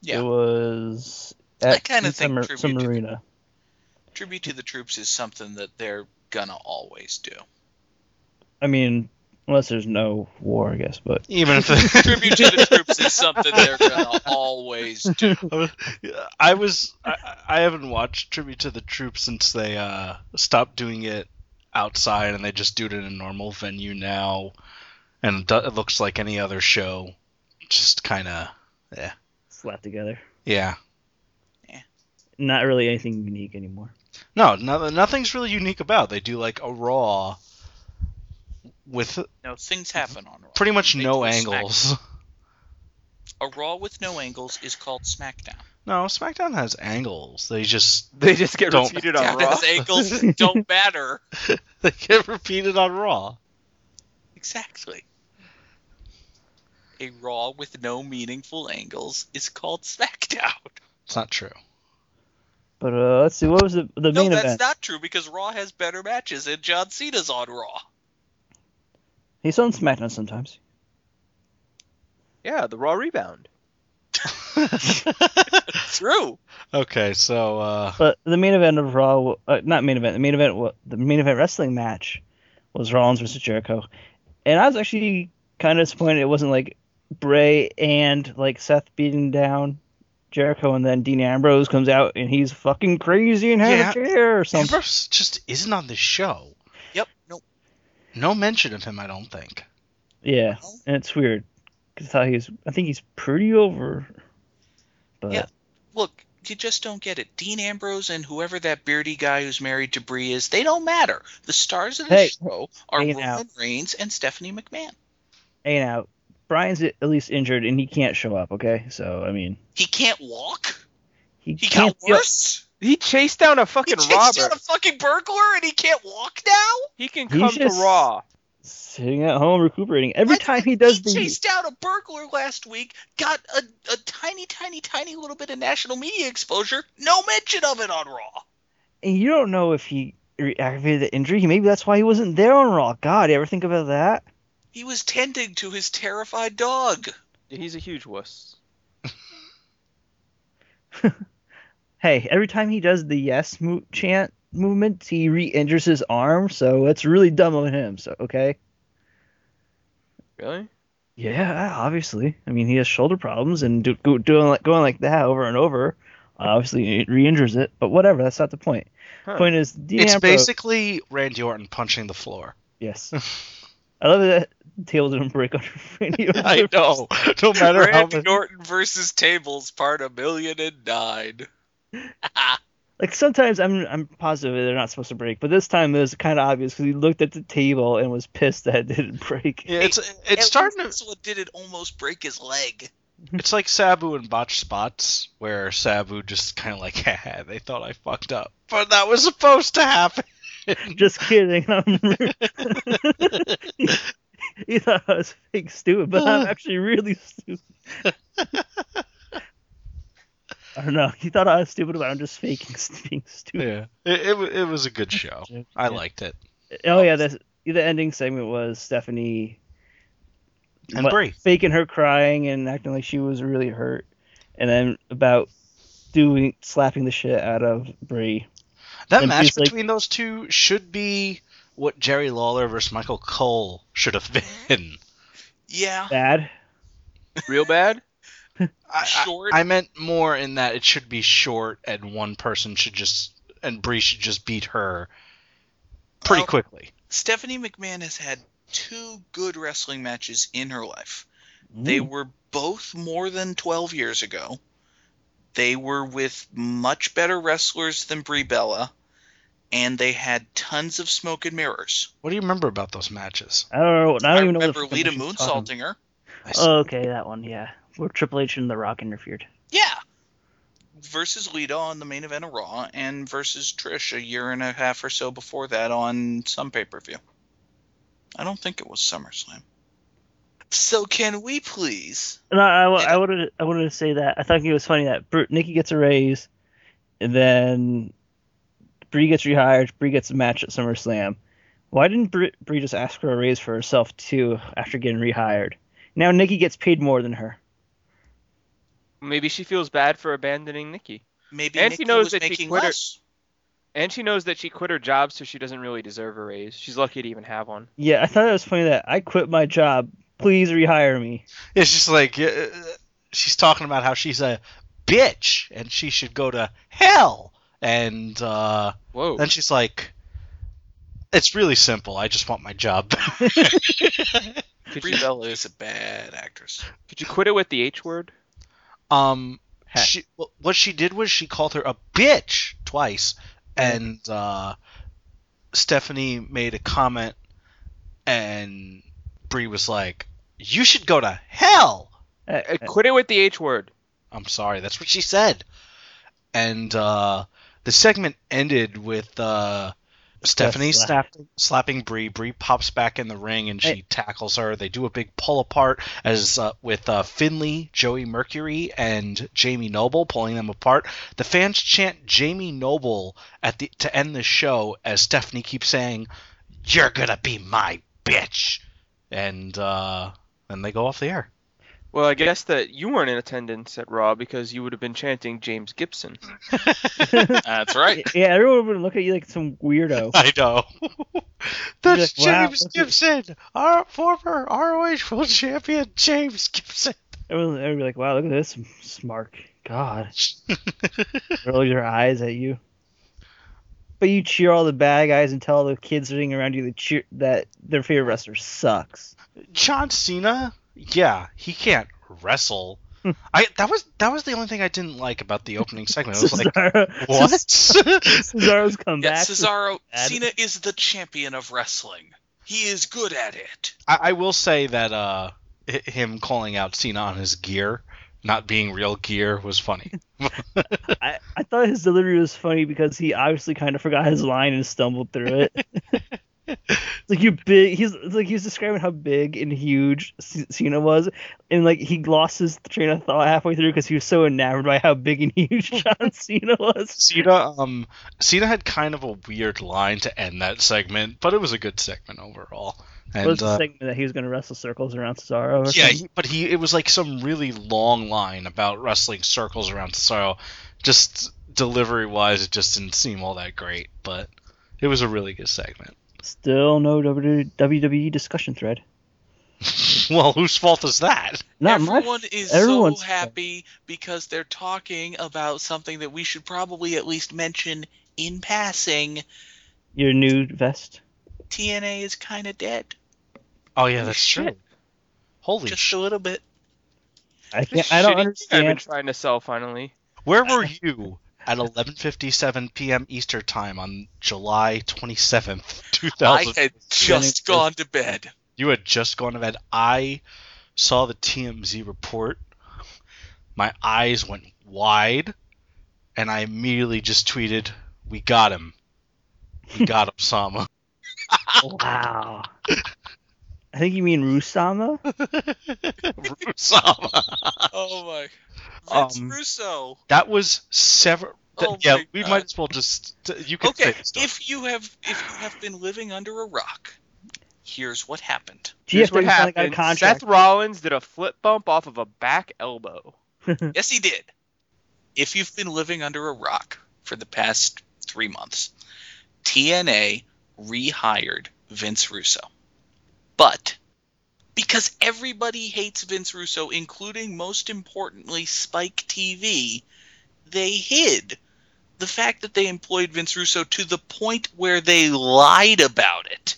[SPEAKER 5] yeah,
[SPEAKER 6] It was.
[SPEAKER 5] I
[SPEAKER 6] at
[SPEAKER 5] kinda think
[SPEAKER 6] Summer-
[SPEAKER 5] tribute
[SPEAKER 6] Summer
[SPEAKER 5] to-
[SPEAKER 6] Arena.
[SPEAKER 5] tribute to the troops is something that they're gonna always do.
[SPEAKER 6] I mean, unless there's no war, I guess. But
[SPEAKER 1] Even if the
[SPEAKER 5] tribute to the troops is something they're gonna always do.
[SPEAKER 1] I was I, I haven't watched Tribute to the Troop since they uh, stopped doing it outside and they just do it in a normal venue now, and it do- it looks like any other show, just kind of
[SPEAKER 6] slapped together.
[SPEAKER 1] yeah.
[SPEAKER 6] Not really anything unique anymore.
[SPEAKER 1] No, no, nothing's really unique about. it. They do like a Raw with
[SPEAKER 5] No, things happen on Raw.
[SPEAKER 1] pretty much
[SPEAKER 5] They
[SPEAKER 1] no
[SPEAKER 5] do
[SPEAKER 1] angles.
[SPEAKER 5] A Raw with no angles is called SmackDown.
[SPEAKER 1] No, SmackDown has angles. They just
[SPEAKER 7] They just get
[SPEAKER 1] Don't-
[SPEAKER 7] repeated on Raw.
[SPEAKER 5] His ankles don't matter.
[SPEAKER 1] they get repeated on Raw.
[SPEAKER 5] Exactly. A Raw with no meaningful angles is called SmackDown.
[SPEAKER 1] It's not true.
[SPEAKER 6] But uh, let's see, what was the, the
[SPEAKER 5] No,
[SPEAKER 6] main
[SPEAKER 5] that's
[SPEAKER 6] event?
[SPEAKER 5] not true because Raw has better matches and John Cena's on Raw.
[SPEAKER 6] He's on SmackDown sometimes.
[SPEAKER 7] Yeah, the Raw rebound.
[SPEAKER 5] True.
[SPEAKER 1] okay, so uh,
[SPEAKER 6] But the main event of Raw, w- uh, not main event, the main event, wa- the main event wrestling match was Rollins versus Jericho, and I was actually kind of disappointed it wasn't like Bray and like Seth beating down Jericho, and then Dean Ambrose comes out and he's fucking crazy and has
[SPEAKER 1] Yeah.
[SPEAKER 6] a chair or something.
[SPEAKER 1] Ambrose just isn't on this show.
[SPEAKER 5] Yep. Nope.
[SPEAKER 1] No mention of him, I don't think.
[SPEAKER 6] Yeah, and it's weird because I thought he was, I think he's pretty over. But
[SPEAKER 5] Yeah. Look, you just don't get it. Dean Ambrose and whoever that beardy guy who's married to Brie is, they don't matter. The stars of the
[SPEAKER 6] Hey,
[SPEAKER 5] show are
[SPEAKER 6] hey
[SPEAKER 5] Roman
[SPEAKER 6] now.
[SPEAKER 5] Reigns and Stephanie McMahon.
[SPEAKER 6] hey, now Brian's at least injured and he can't show up. Okay, so I mean,
[SPEAKER 5] He can't walk.
[SPEAKER 6] he,
[SPEAKER 5] He got
[SPEAKER 6] can't be up-
[SPEAKER 5] worse.
[SPEAKER 7] He chased down
[SPEAKER 5] He
[SPEAKER 7] a fucking
[SPEAKER 5] chased
[SPEAKER 7] robber.
[SPEAKER 5] down a fucking burglar and he can't walk now.
[SPEAKER 7] He can
[SPEAKER 6] He's
[SPEAKER 7] come
[SPEAKER 6] just-
[SPEAKER 7] to Raw.
[SPEAKER 6] sitting at home recuperating. Every
[SPEAKER 5] What?
[SPEAKER 6] time he does
[SPEAKER 5] he
[SPEAKER 6] the
[SPEAKER 5] chased down a burglar last week, got a, a tiny, tiny, tiny little bit of national media exposure. No mention of it on Raw.
[SPEAKER 6] And you don't know if he re- aggravated the injury. Maybe that's why he wasn't there on Raw. God, you ever think about that?
[SPEAKER 5] He was tending to his terrified dog.
[SPEAKER 7] He's a huge wuss.
[SPEAKER 6] Hey, every time he does the yes mo- chant movement, he re-injures his arm. So it's really dumb on him. So okay.
[SPEAKER 7] Really?
[SPEAKER 6] Yeah, obviously. I mean, he has shoulder problems, and do, go, doing like going like that over and over, obviously it re-injures it. But whatever, that's not the point.
[SPEAKER 7] Huh.
[SPEAKER 6] Point is, Dean
[SPEAKER 1] it's
[SPEAKER 6] Ambrose-
[SPEAKER 1] basically Randy Orton punching the floor.
[SPEAKER 6] Yes. I love that table didn't break under radio.
[SPEAKER 1] I know. No matter how
[SPEAKER 5] Randy
[SPEAKER 1] much.
[SPEAKER 5] Norton versus Tables, part a million and nine.
[SPEAKER 6] Like sometimes I'm I'm positive they're not supposed to break, but this time it was kind of obvious because he looked at the table and was pissed that it didn't break.
[SPEAKER 1] Yeah, it's it's starting to
[SPEAKER 5] That's what did it almost break his leg.
[SPEAKER 1] It's like Sabu and botched spots, where Sabu just kind of like, haha, they thought I fucked up, but that was supposed to happen.
[SPEAKER 6] Just kidding. I'm you thought I was fake stupid, but I'm actually really stupid. I don't know. You thought I was stupid, but I'm just faking st- being stupid.
[SPEAKER 1] yeah, it, it, wa- it was a good show. I liked it.
[SPEAKER 6] Oh yeah, that's, the ending segment was Stephanie
[SPEAKER 1] And
[SPEAKER 6] what,
[SPEAKER 1] Brie.
[SPEAKER 6] faking her crying and acting like she was really hurt, and then about doing slapping the shit out of Brie.
[SPEAKER 1] That
[SPEAKER 6] and
[SPEAKER 1] match
[SPEAKER 6] Bree's like-
[SPEAKER 1] between those two should be what Jerry Lawler versus Michael Cole should have been.
[SPEAKER 5] Yeah.
[SPEAKER 6] Bad.
[SPEAKER 7] Real bad?
[SPEAKER 1] I,
[SPEAKER 5] Short.
[SPEAKER 1] I, I meant more in that it should be short, and one person should just and Brie should just beat her pretty
[SPEAKER 5] Well-
[SPEAKER 1] quickly.
[SPEAKER 5] Stephanie McMahon has had two good wrestling matches in her life. They were both more than 12 years ago. They were with much better wrestlers than Brie Bella, and they had tons of smoke and mirrors.
[SPEAKER 1] What do you remember about those matches?
[SPEAKER 6] I don't know. I don't
[SPEAKER 5] I,
[SPEAKER 6] even know.
[SPEAKER 5] remember
[SPEAKER 6] what the
[SPEAKER 5] Lita
[SPEAKER 6] fuck she's talking
[SPEAKER 5] moonsaulting her.
[SPEAKER 1] I
[SPEAKER 6] about. Oh, okay, that one. Yeah, where Triple H and The Rock interfered.
[SPEAKER 5] Yeah. Versus Lita on the main event of Raw, and versus Trish a year and a half or so before that on some pay per view. I don't think it was SummerSlam. So, can we please?
[SPEAKER 6] No, I, wa-
[SPEAKER 5] Yeah.
[SPEAKER 6] I wanted I wanted to say that I thought it was funny that Br- Nikki gets a raise, and then Brie gets rehired. Brie gets a match at SummerSlam. Why didn't Brie, Brie just ask for a raise for herself too after getting rehired? Now Nikki gets paid more than her.
[SPEAKER 7] Maybe she feels bad for abandoning Nikki.
[SPEAKER 5] Maybe
[SPEAKER 7] And she
[SPEAKER 5] Nikki
[SPEAKER 7] knows
[SPEAKER 5] was
[SPEAKER 7] that she
[SPEAKER 5] making
[SPEAKER 7] quit her-
[SPEAKER 5] less.
[SPEAKER 7] And she knows that she quit her job, so she doesn't really deserve a raise. She's lucky to even have one.
[SPEAKER 6] Yeah, I thought it was funny that I quit my job. Please rehire me.
[SPEAKER 1] It's just like uh, she's talking about how she's a bitch and she should go to hell. And uh,
[SPEAKER 7] Whoa.
[SPEAKER 1] then she's like, "It's really simple. I just want my job." back."
[SPEAKER 7] Could
[SPEAKER 5] Brie
[SPEAKER 7] you,
[SPEAKER 5] Bella is a bad actress.
[SPEAKER 7] could you quit it with the H word?
[SPEAKER 1] um,
[SPEAKER 6] Heck.
[SPEAKER 1] she, wh- what she did was she called her a bitch twice, and uh, Stephanie made a comment, and Brie was like, "You should go to hell."
[SPEAKER 6] Uh,
[SPEAKER 7] Uh, quit it with the H word.
[SPEAKER 1] I'm sorry, that's what she said. And uh, the segment ended with uh, Stephanie
[SPEAKER 6] slap.
[SPEAKER 1] slapping, slapping Bree. Bree pops back in the ring and she
[SPEAKER 6] Hey.
[SPEAKER 1] tackles her. They do a big pull apart as uh, with uh, Finley, Joey Mercury, and Jamie Noble pulling them apart. The fans chant Jamie Noble at the to end the show as Stephanie keeps saying, "You're gonna be my bitch," and uh, then they go off the air.
[SPEAKER 7] Well, I guess that you weren't in attendance at Raw because you would have been chanting James Gibson.
[SPEAKER 5] That's right.
[SPEAKER 6] yeah, everyone would look at you like some weirdo.
[SPEAKER 1] I know. That's
[SPEAKER 6] You're like, wow,
[SPEAKER 1] James
[SPEAKER 6] that's it.
[SPEAKER 1] Gibson, our former ROH World Champion James Gibson.
[SPEAKER 6] Everyone, everyone would be like, wow, look at this smark. God. Roll your eyes at you. But you cheer all the bad guys and tell the kids sitting around you that, cheer, that their favorite wrestler sucks.
[SPEAKER 1] John Cena, yeah, he can't wrestle. I that was that was the only thing I didn't like about the opening segment. I was like,
[SPEAKER 6] Cesaro-
[SPEAKER 1] what?
[SPEAKER 6] Cesaro's come
[SPEAKER 5] Yeah,
[SPEAKER 6] back.
[SPEAKER 5] Cesaro
[SPEAKER 6] bad.
[SPEAKER 5] Cena is the champion of wrestling. He is good at it.
[SPEAKER 1] I, I will say that uh, hi- him calling out Cena on his gear, not being real gear, was funny.
[SPEAKER 6] I, I thought his delivery was funny because he obviously kind of forgot his line and stumbled through it. it's like you big. He's it's like he's describing how big and huge C- Cena was, and like he lost his train of thought halfway through because he was so enamored by how big and huge John Cena was.
[SPEAKER 1] Cena, um, Cena had kind of a weird line to end that segment, but it was a good segment overall. And
[SPEAKER 6] It was the
[SPEAKER 1] uh,
[SPEAKER 6] segment that he was going to wrestle circles around Cesaro. Or
[SPEAKER 1] Yeah,
[SPEAKER 6] something.
[SPEAKER 1] he, but he it was like some really long line about wrestling circles around Cesaro. Just delivery wise, it just didn't seem all that great, but it was a really good segment.
[SPEAKER 6] Still no E WWE discussion thread.
[SPEAKER 1] Well, whose fault is that?
[SPEAKER 6] Not
[SPEAKER 5] Everyone
[SPEAKER 6] much.
[SPEAKER 5] is
[SPEAKER 6] Everyone's-
[SPEAKER 5] so happy because they're talking about something that we should probably at least mention in passing.
[SPEAKER 6] Your new vest.
[SPEAKER 5] TNA is kind of dead,
[SPEAKER 1] Oh yeah, that's
[SPEAKER 7] shit.
[SPEAKER 1] true. Holy
[SPEAKER 5] just
[SPEAKER 1] shit!
[SPEAKER 5] a little bit.
[SPEAKER 6] I
[SPEAKER 7] This
[SPEAKER 6] can't, I don't
[SPEAKER 7] shitty thing I've been
[SPEAKER 6] understand.
[SPEAKER 7] trying to sell finally.
[SPEAKER 1] Where were you at 11:57 p.m. Eastern time on July 27th,
[SPEAKER 5] I
[SPEAKER 1] 2000?
[SPEAKER 5] had just
[SPEAKER 6] Running
[SPEAKER 5] gone to bed.
[SPEAKER 1] You had just gone to bed. I saw the TMZ report. My eyes went wide, and I immediately just tweeted, "We got him. We got Osama."
[SPEAKER 6] Wow. I think you mean Rusama.
[SPEAKER 1] Osama.
[SPEAKER 5] Oh my. Vince
[SPEAKER 1] Um,
[SPEAKER 5] Russo.
[SPEAKER 1] That was several.
[SPEAKER 5] Oh
[SPEAKER 1] yeah,
[SPEAKER 5] my
[SPEAKER 1] we
[SPEAKER 5] God.
[SPEAKER 1] might as well just. You can
[SPEAKER 5] Okay,
[SPEAKER 1] say the story.
[SPEAKER 5] if you have if you have been living under a rock, here's what happened.
[SPEAKER 7] Here's what
[SPEAKER 6] GFW finally got a
[SPEAKER 7] happened.
[SPEAKER 6] contract.
[SPEAKER 7] Seth Rollins did a flip bump off of a back elbow.
[SPEAKER 5] Yes, he did. If you've been living under a rock for the past three months, TNA rehired Vince Russo. But because everybody hates Vince Russo, including most importantly Spike TV, they hid the fact that they employed Vince Russo to the point where they lied about it.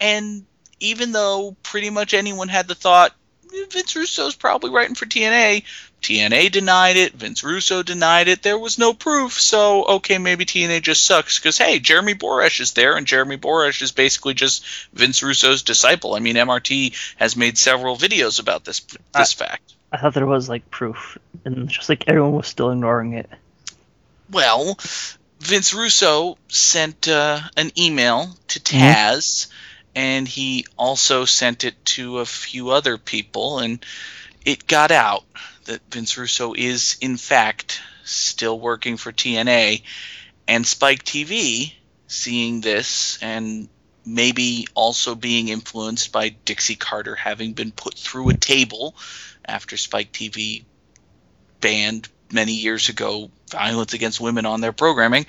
[SPEAKER 5] And even though pretty much anyone had the thought, "Eh, Vince Russo's probably writing for TNA, TNA denied it. Vince Russo denied it. There was no proof. So, okay, maybe TNA just sucks because, hey, Jeremy Boresh is there, and Jeremy Boresh is basically just Vince Russo's disciple. I mean, MRT has made several videos about this this fact.
[SPEAKER 6] I thought there was like proof, and just like everyone was still ignoring it.
[SPEAKER 5] Well, Vince Russo sent uh, an email to Taz, and he also sent it to a few other people, and it got out that Vince Russo is, in fact, still working for TNA. And Spike TV, seeing this and maybe also being influenced by Dixie Carter having been put through a table after Spike TV banned many years ago violence against women on their programming,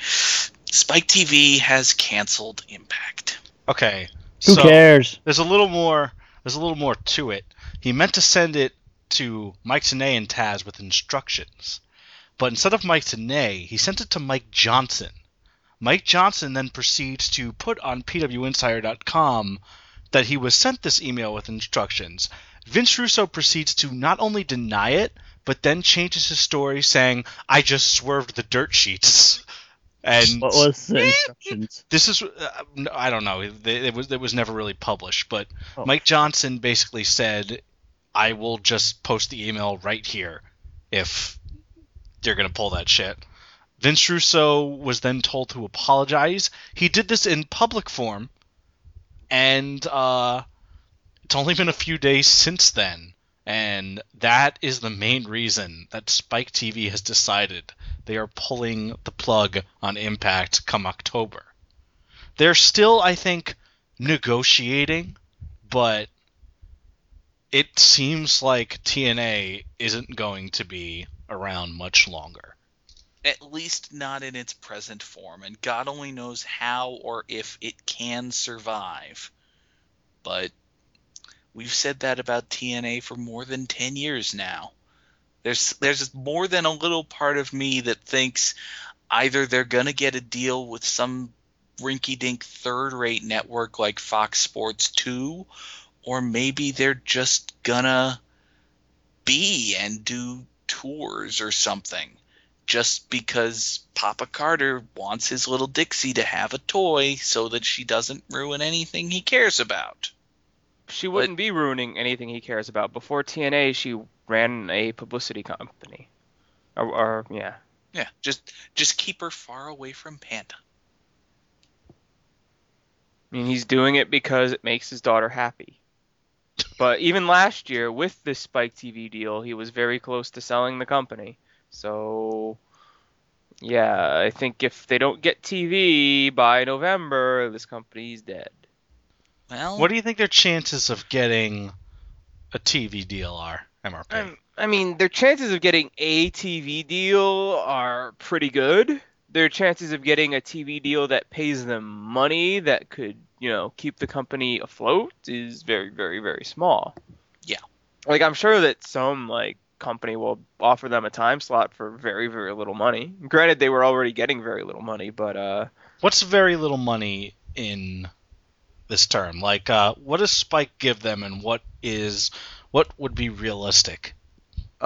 [SPEAKER 5] Spike TV has canceled Impact.
[SPEAKER 1] okay,
[SPEAKER 6] Who
[SPEAKER 1] so
[SPEAKER 6] cares?
[SPEAKER 1] there's a little more. There's a little more to it. He meant to send it to Mike Tanay and Taz with instructions, but instead of Mike Tanay, he sent it to Mike Johnson. Mike Johnson then proceeds to put on PWInsider.com that he was sent this email with instructions. Vince Russo proceeds to not only deny it, but then changes his story, saying, "I just swerved the dirt sheets." And
[SPEAKER 6] What was the instructions?
[SPEAKER 1] this is uh, no, I don't know. It, it was it was never really published, but
[SPEAKER 6] Oh.
[SPEAKER 1] Mike Johnson basically said, "I will just post the email right here," if you're going to pull that shit. Vince Russo was then told to apologize. He did this in public form, and uh, it's only been a few days since then. And that is the main reason that Spike TV has decided they are pulling the plug on Impact come October. They're still, I think, negotiating, but it seems like TNA isn't going to be around much longer.
[SPEAKER 5] At least not in its present form, and God only knows how or if it can survive. But we've said that about TNA for more than 10 years now. There's there's more than a little part of me that thinks either they're going to get a deal with some rinky-dink third-rate network like Fox Sports 2 or maybe they're just gonna be and do tours or something just because Papa Carter wants his little Dixie to have a toy so that she doesn't ruin anything he cares about.
[SPEAKER 7] She wouldn't be ruining anything he cares about. Before TNA, she ran a publicity company. Or, or yeah.
[SPEAKER 5] Yeah, just just keep her far away from Panda.
[SPEAKER 7] I mean, he's doing it because it makes his daughter happy. But even last year, with this Spike TV deal, he was very close to selling the company. So, yeah, I think if they don't get TV by November, this company's dead.
[SPEAKER 5] Well,
[SPEAKER 1] What do you think their chances of getting a TV deal are, MRP?
[SPEAKER 7] Um, I mean, their chances of getting a TV deal are pretty good. Their chances of getting a TV deal that pays them money that could, you know, keep the company afloat is very, very, very small.
[SPEAKER 5] Yeah.
[SPEAKER 7] Like, I'm sure that some, like, company will offer them a time slot for very, very little money. Granted, they were already getting very little money, but, uh,
[SPEAKER 1] What's very little money in this term? Like, uh, what does Spike give them, and what is what would be realistic?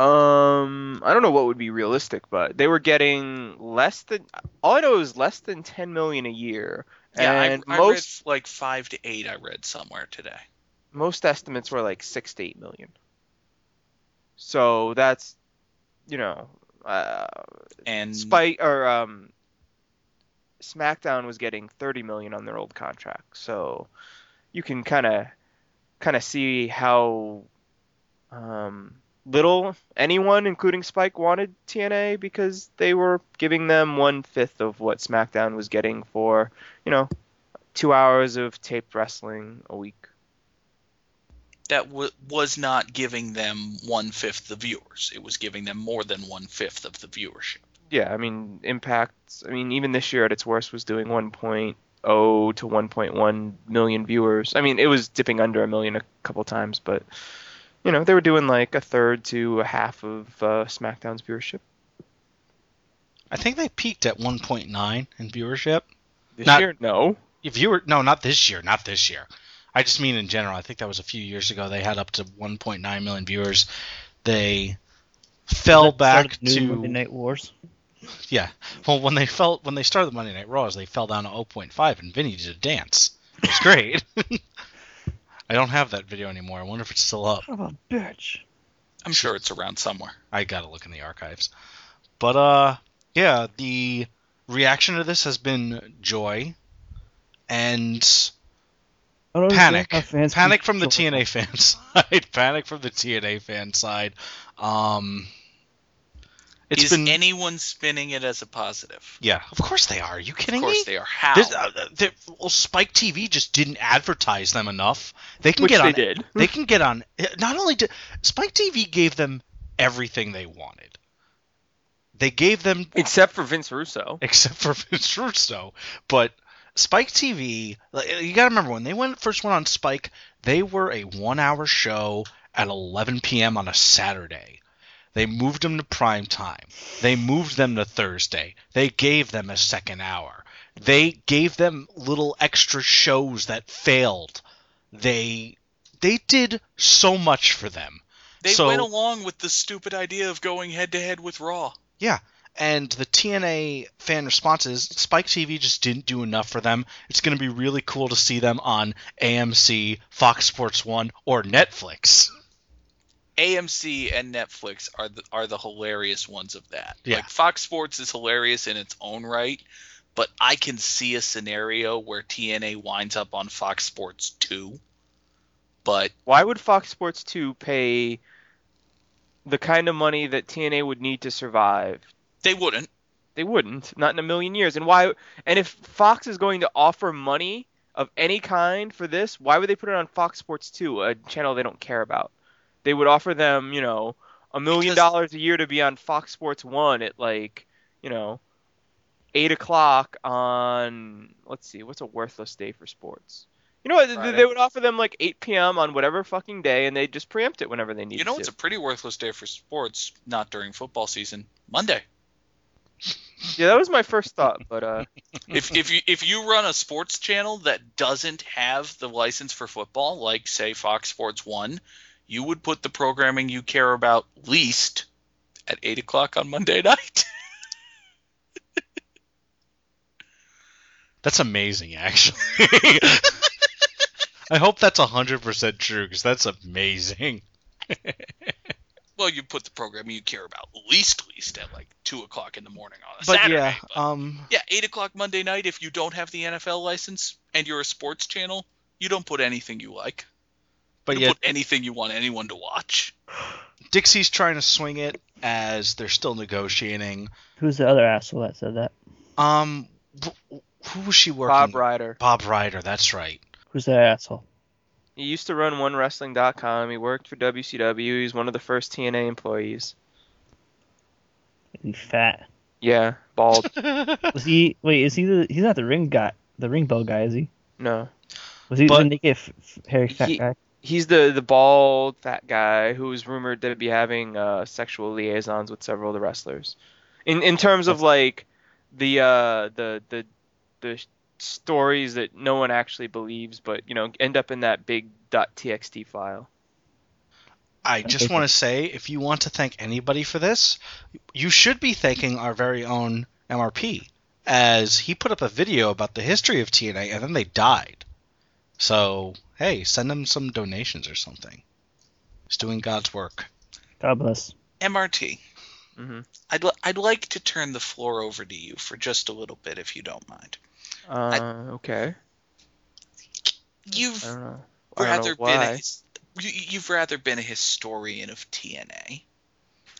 [SPEAKER 7] Um, I don't know what would be realistic, but they were getting less than all I know is less than ten million a year,
[SPEAKER 5] yeah, I-
[SPEAKER 7] and
[SPEAKER 5] I,
[SPEAKER 7] most
[SPEAKER 5] read like five to eight. I read somewhere today.
[SPEAKER 7] most estimates were like six to eight million. So that's, you know, uh,
[SPEAKER 5] And
[SPEAKER 7] Spike or um, SmackDown was getting thirty million on their old contract, so you can kind of kind of see how um, little anyone, including Spike, wanted TNA because they were giving them one fifth of what SmackDown was getting for you know two hours of taped wrestling a week.
[SPEAKER 5] that w- was not giving them one fifth the viewers. It was giving them more than one fifth of the viewership.
[SPEAKER 7] Yeah, I mean Impact. I mean even this year at its worst was doing 1.0 to 1.1 million viewers. I mean it was dipping under a million a couple times, but you know they were doing like a third to a half of uh, SmackDown's viewership.
[SPEAKER 1] I think they peaked at 1.9 in viewership.
[SPEAKER 7] This
[SPEAKER 1] Not-
[SPEAKER 7] year, no.
[SPEAKER 1] If you were no, not this year, not this year. I just mean in general. I think that was a few years ago. They had up to 1.9 million viewers. They fell back
[SPEAKER 6] Started new
[SPEAKER 1] to
[SPEAKER 6] Monday Night Wars.
[SPEAKER 1] Yeah. Well, when they fell when they started the Monday Night Raws, they fell down to 0.5, and Vinny did a dance. It was great. I don't have that video anymore. I wonder if it's still up.
[SPEAKER 6] Son of a bitch.
[SPEAKER 5] I'm sure it's around somewhere.
[SPEAKER 1] I gotta look in the archives. But uh, yeah, the reaction to this has been joy and
[SPEAKER 6] I don't understand
[SPEAKER 1] panic,
[SPEAKER 6] how Oh, fans
[SPEAKER 1] panic
[SPEAKER 6] keep
[SPEAKER 1] from the
[SPEAKER 6] so-
[SPEAKER 1] TNA fan side, panic from the TNA fan side. Um, it's
[SPEAKER 5] Is
[SPEAKER 1] been
[SPEAKER 5] anyone spinning it as a positive?
[SPEAKER 1] yeah, of course they are. Are you kidding
[SPEAKER 5] Of course
[SPEAKER 1] me?
[SPEAKER 5] they are. How?
[SPEAKER 1] This, uh, uh, they- well, Spike TV just didn't advertise them enough. They can
[SPEAKER 7] Which
[SPEAKER 1] get
[SPEAKER 7] they
[SPEAKER 1] on.
[SPEAKER 7] did.
[SPEAKER 1] They can get on. eh, Not only did Spike TV gave them everything they wanted. They gave them
[SPEAKER 7] Except for Vince Russo.
[SPEAKER 1] except for Vince Russo, but Spike TV. like, You gotta remember when they went first went on Spike, they were a one-hour show at 11 p.m. on a Saturday. They moved them to prime time. They moved them to Thursday. They gave them a second hour. They gave them little extra shows that failed. They they did so much for them.
[SPEAKER 5] they
[SPEAKER 1] so-
[SPEAKER 5] went along with the stupid idea of going head to head with Raw.
[SPEAKER 1] and the TNA fan responses, Spike TV just didn't do enough for them. It's going to be really cool to see them on AMC, Fox Sports 1, or Netflix.
[SPEAKER 5] AMC and Netflix are the are the hilarious ones of that.
[SPEAKER 1] Yeah.
[SPEAKER 5] Like Fox Sports is hilarious in its own right, but I can see a scenario where TNA winds up on Fox Sports 2. But
[SPEAKER 7] Why would Fox Sports 2 pay the kind of money that TNA would need to survive?
[SPEAKER 5] they wouldn't.
[SPEAKER 7] They wouldn't, not in a million years. And why? And if Fox is going to offer money of any kind for this, why would they put it on Fox Sports 2, a channel they don't care about? They would offer them, you know, a million
[SPEAKER 5] Because-
[SPEAKER 7] dollars a year to be on Fox Sports 1 at like, you know, eight o'clock on. Let's see, what's a worthless day for sports? You know what? th-
[SPEAKER 5] Friday.
[SPEAKER 7] They would offer them like 8 p.m. on whatever fucking day, and they would just preempt it whenever they need.
[SPEAKER 5] You know,
[SPEAKER 7] to.
[SPEAKER 5] it's a pretty worthless day for sports, not during football season. Monday.
[SPEAKER 7] yeah, that was my first thought, but uh,
[SPEAKER 5] if if you if you run a sports channel that doesn't have the license for football, like say Fox Sports One, you would put the programming you care about least at eight o'clock on Monday night.
[SPEAKER 1] That's amazing, actually. I hope that's 100% true because that's amazing.
[SPEAKER 5] well, you put the programming you care about least least at like two o'clock in the morning on a
[SPEAKER 1] But
[SPEAKER 5] Saturday.
[SPEAKER 1] yeah,
[SPEAKER 5] but-
[SPEAKER 1] um,
[SPEAKER 5] yeah, eight o'clock Monday night. If you don't have the NFL license and you're a sports channel, you don't put anything you like.
[SPEAKER 1] but
[SPEAKER 5] you
[SPEAKER 1] yeah,
[SPEAKER 5] don't put anything you want anyone to watch.
[SPEAKER 1] Dixie's trying to swing it as they're still negotiating.
[SPEAKER 6] Who's the other asshole that said that?
[SPEAKER 1] Um, wh- who was she working?
[SPEAKER 7] Bob Ryder.
[SPEAKER 1] Bob Ryder. That's right.
[SPEAKER 6] Who's that asshole?
[SPEAKER 7] He used to run OneWrestling.com. He worked for WCW. He was one of the first TNA employees.
[SPEAKER 6] He's fat.
[SPEAKER 7] Yeah, bald.
[SPEAKER 6] Was he? Wait, is he the? He's not the ring guy. The ring bell guy, is he?
[SPEAKER 7] no,
[SPEAKER 6] Was he
[SPEAKER 1] But-
[SPEAKER 6] the naked f- f- hairy fat
[SPEAKER 7] He-
[SPEAKER 6] guy?
[SPEAKER 7] he's the the bald fat guy who was rumored to be having uh, sexual liaisons with several of the wrestlers. In in terms of like the uh, the the the sh- stories that no one actually believes, but you know end up in that big .txt file.
[SPEAKER 1] I just want to say, if you want to thank anybody for this, you should be thanking our very own MRP, as he put up a video about the history of TNA, and then they died. So hey, send him some donations or something. He's doing God's work.
[SPEAKER 6] God bless.
[SPEAKER 5] MRT.
[SPEAKER 7] hmm
[SPEAKER 5] I'd, li- I'd like to turn the floor over to you for just a little bit, if you don't mind.
[SPEAKER 7] Uh, okay.
[SPEAKER 5] You've
[SPEAKER 7] Mm, I don't know. I don't know
[SPEAKER 5] rather been a,
[SPEAKER 7] why.
[SPEAKER 5] his- you, you've rather been a historian of TNA.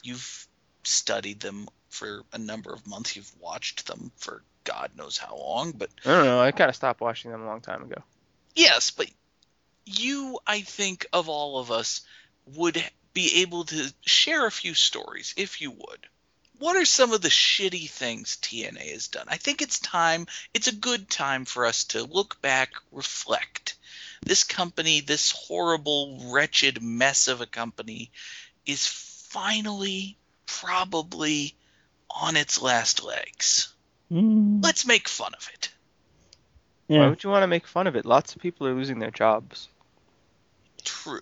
[SPEAKER 5] You've studied them for a number of months. You've watched them for God knows how long. But
[SPEAKER 7] I don't know. I kind of stopped watching them a long time ago.
[SPEAKER 5] yes, but you, I think, of all of us, would be able to share a few stories if you would. What are some of the shitty things TNA has done? I think it's time, it's a good time for us to look back, reflect. This company, this horrible, wretched mess of a company, is finally probably on its last legs.
[SPEAKER 6] Mm,
[SPEAKER 5] Let's make fun of it.
[SPEAKER 7] Why
[SPEAKER 6] yeah.
[SPEAKER 7] would you want to make fun of it? Lots of people are losing their jobs.
[SPEAKER 5] True.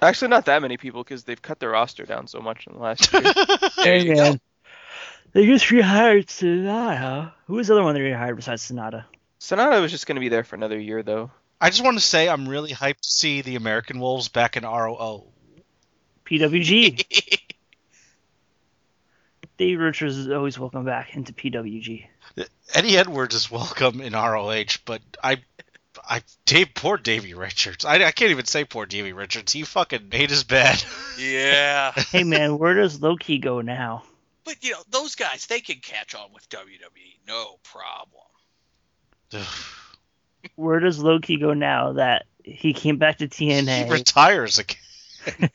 [SPEAKER 7] Actually, not that many people because they've cut their roster down so much in the last year.
[SPEAKER 5] There you go.
[SPEAKER 6] They just rehired Sonata. Who was the other one they rehired besides Sonata?
[SPEAKER 7] Sonata was just going to be there for another year, though.
[SPEAKER 1] I just want to say I'm really hyped to see the American Wolves back in ROO.
[SPEAKER 6] PWG. Dave Richards is always welcome back into PWG.
[SPEAKER 1] Eddie Edwards is welcome in ROH, but I, I Dave, poor Davey Richards. I, I can't even say poor Davey Richards. He fucking made his bed.
[SPEAKER 5] Yeah.
[SPEAKER 6] Hey man, where does Loki go now?
[SPEAKER 5] But you know, those guys they can catch on with WWE, no problem.
[SPEAKER 1] Ugh.
[SPEAKER 6] Where does Loki go now that he came back to TNA?
[SPEAKER 1] He retires again.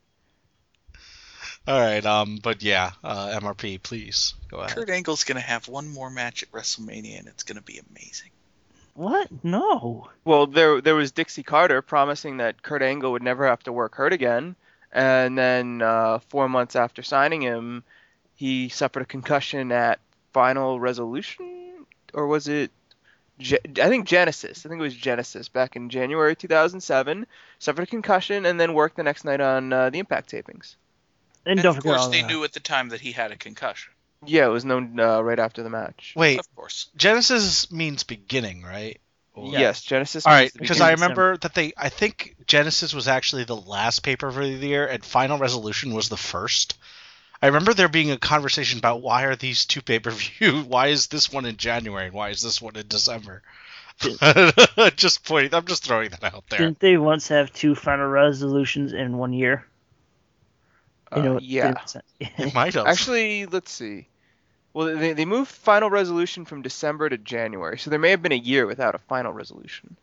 [SPEAKER 1] All right, um, but yeah, uh, MRP, please go ahead.
[SPEAKER 5] Kurt Angle's gonna have one more match at WrestleMania, and it's gonna be amazing.
[SPEAKER 6] what? No.
[SPEAKER 7] Well, there there was Dixie Carter promising that Kurt Angle would never have to work hurt again, and then uh, four months after signing him, he suffered a concussion at Final Resolution, or was it? Ge- I think Genesis. I think it was Genesis back in January 2007. Suffered a concussion and then worked the next night on uh, the Impact tapings.
[SPEAKER 6] And,
[SPEAKER 5] And, of
[SPEAKER 6] don't forget
[SPEAKER 5] course,
[SPEAKER 6] all
[SPEAKER 5] they
[SPEAKER 6] that.
[SPEAKER 5] knew at the time that he had a concussion.
[SPEAKER 7] Yeah, it was known uh, right after the match.
[SPEAKER 1] Wait,
[SPEAKER 5] Of course,
[SPEAKER 1] Genesis means beginning, right? Or...
[SPEAKER 7] Yes, Genesis.
[SPEAKER 1] All
[SPEAKER 7] was
[SPEAKER 1] right,
[SPEAKER 7] the
[SPEAKER 1] because I
[SPEAKER 7] beginning.
[SPEAKER 1] remember that they. I think Genesis was actually the last paper for the year, and Final Resolution was the first. I remember there being a conversation about why are these two pay per view? Why is this one in January and why is this one in December? just pointing. I'm just throwing that out there.
[SPEAKER 6] Didn't they once have two final resolutions in one year? You know,
[SPEAKER 7] Uh, yeah.
[SPEAKER 1] It might have.
[SPEAKER 7] Actually, let's see. Well, they, they moved final resolution from December to January, so there may have been a year without a final resolution.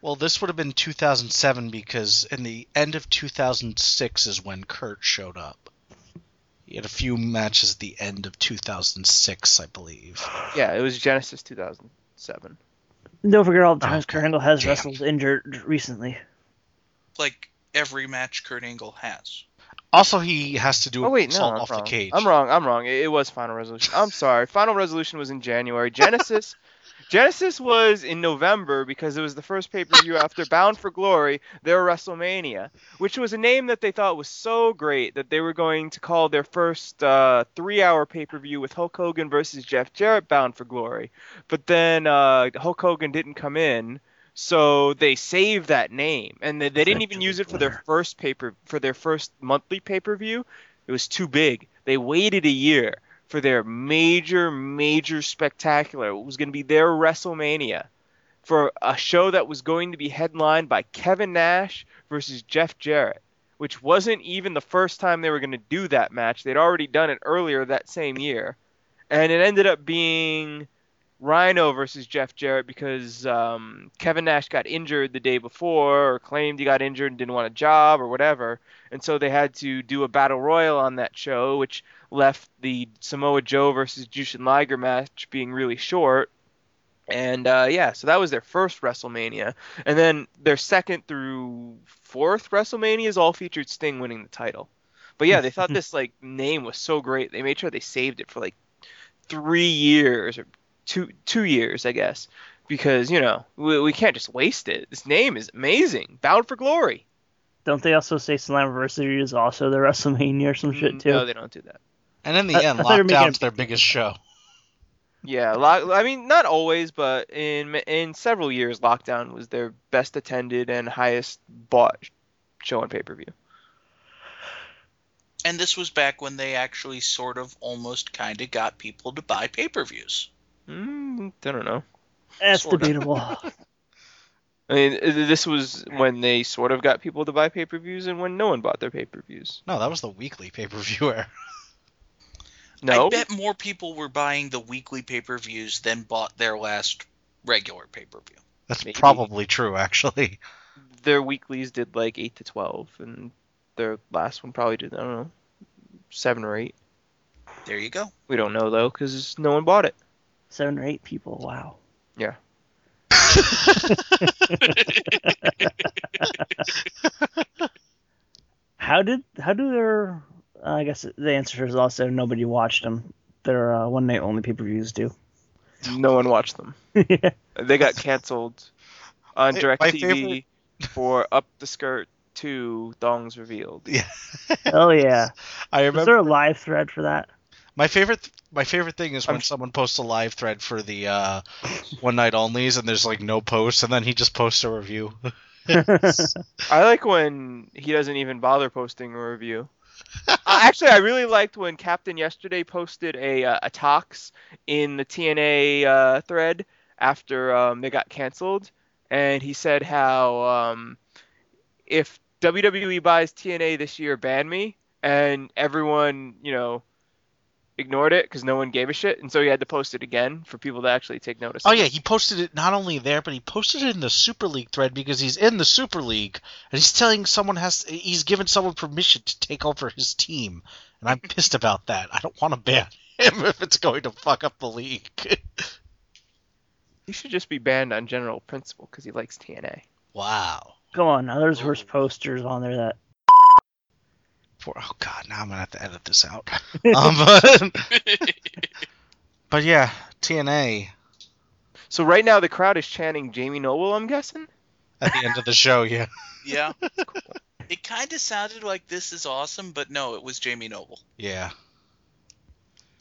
[SPEAKER 1] well, this would have been 2007 because in the end of 2006 is when Kurt showed up. He had a few matches at the end of 2006, I believe.
[SPEAKER 7] Yeah, it was Genesis 2007.
[SPEAKER 6] Don't forget all the times
[SPEAKER 1] Okay.
[SPEAKER 6] Kurt Angle has
[SPEAKER 1] Damn.
[SPEAKER 6] wrestled injured recently.
[SPEAKER 5] Like every match Kurt Angle has.
[SPEAKER 1] Also, he has to do
[SPEAKER 7] Oh
[SPEAKER 1] a
[SPEAKER 7] wait, no,
[SPEAKER 1] salt
[SPEAKER 7] I'm
[SPEAKER 1] off
[SPEAKER 7] wrong.
[SPEAKER 1] the cage.
[SPEAKER 7] I'm wrong. I'm wrong. It, it was final resolution. I'm sorry. Final resolution was in January. Genesis. Genesis was in November because it was the first pay per view after Bound for Glory, their WrestleMania, which was a name that they thought was so great that they were going to call their first uh, three hour pay per view with Hulk Hogan versus Jeff Jarrett Bound for Glory. But then uh, Hulk Hogan didn't come in, so they saved that name, and they, they didn't even use it for their first paper for their first monthly pay per view. It was too big. They waited a year for their major, major spectacular. It was going to be their WrestleMania for a show that was going to be headlined by Kevin Nash versus Jeff Jarrett, which wasn't even the first time they were going to do that match. They'd already done it earlier that same year. And it ended up being Rhino versus Jeff Jarrett because um, Kevin Nash got injured the day before or claimed he got injured and didn't want a job or whatever. And so they had to do a battle royal on that show, which left the Samoa Joe versus Jushin Liger match being really short. And uh, yeah, so that was their first WrestleMania, and then their second through fourth WrestleManias all featured Sting winning the title. But yeah, they thought this like name was so great, they made sure they saved it for like three years or two two years, I guess, because you know we, we can't just waste it. This name is amazing, Bound for Glory.
[SPEAKER 6] Don't they also say Slammiversary is also the WrestleMania or some
[SPEAKER 5] Mm,
[SPEAKER 6] shit too?
[SPEAKER 7] Mm, No, they don't do that.
[SPEAKER 1] and in the
[SPEAKER 6] I-
[SPEAKER 1] end,
[SPEAKER 6] I thought they were making
[SPEAKER 1] Lockdown's
[SPEAKER 6] a-
[SPEAKER 1] their biggest show.
[SPEAKER 7] Yeah, lock, I mean, not always, but in in several years, Lockdown was their best attended and highest bought show on pay per view.
[SPEAKER 5] And this was back when they actually sort of almost kind of got people to buy pay per views.
[SPEAKER 7] Mm, I don't know.
[SPEAKER 6] That's
[SPEAKER 5] Sorta.
[SPEAKER 6] debatable.
[SPEAKER 7] I mean, th- this was when they sort of got people to buy pay per views and when no one bought their pay per views.
[SPEAKER 1] No, that was the weekly pay per view era.
[SPEAKER 7] No?
[SPEAKER 5] I bet more people were buying the weekly pay per views than bought their last regular pay per view.
[SPEAKER 1] That's
[SPEAKER 7] Maybe.
[SPEAKER 1] probably true, actually.
[SPEAKER 7] Their weeklies did like 8 to 12, and their last one probably did, I don't know, 7 or 8.
[SPEAKER 5] There you go.
[SPEAKER 7] We don't know, though, because no one bought it.
[SPEAKER 6] Seven or eight people. Wow. How did how do their? uh, I guess the answer is also nobody watched them. Their uh, one night only pay per views do.
[SPEAKER 7] No one watched them. They got canceled on
[SPEAKER 1] My- my
[SPEAKER 7] DirecTV for Up the Skirt 2 Thongs Revealed.
[SPEAKER 6] Hell yeah!
[SPEAKER 1] I
[SPEAKER 6] Is
[SPEAKER 1] remember
[SPEAKER 6] there a live thread for that?
[SPEAKER 1] my favorite. My favorite thing is when
[SPEAKER 7] I'm-
[SPEAKER 1] someone posts a live thread for the uh, one night onlys, and there's like no posts, and then he just posts a review.
[SPEAKER 7] I like when he doesn't even bother posting a review. Uh, actually, I really liked when Captain yesterday posted a uh, a tox in the TNA uh, thread after um, they got canceled, and he said how um, if WWE buys TNA this year, ban me, and everyone you know ignored it because no one gave a shit, and so he had to post it again for people to actually take notice.
[SPEAKER 1] Oh
[SPEAKER 7] of it.
[SPEAKER 1] yeah, he posted it not only there, but he posted it in the Super League thread because he's in the Super League and he's telling someone has he's given someone permission to take over his team, and I'm pissed about that. I don't want to ban him if it's going to fuck up the league.
[SPEAKER 7] he should just be banned on general principle because he likes TNA.
[SPEAKER 1] wow.
[SPEAKER 6] Come on, now there's worse posters on there that
[SPEAKER 1] Poor, oh god, now I'm gonna have to edit this out. um, but, but yeah, TNA
[SPEAKER 7] So right now the crowd is chanting Jamie Noble, I'm guessing.
[SPEAKER 1] at the end of the show. Yeah,
[SPEAKER 5] Yeah. It kind of sounded like this is awesome, but no, it was Jamie Noble.
[SPEAKER 1] yeah,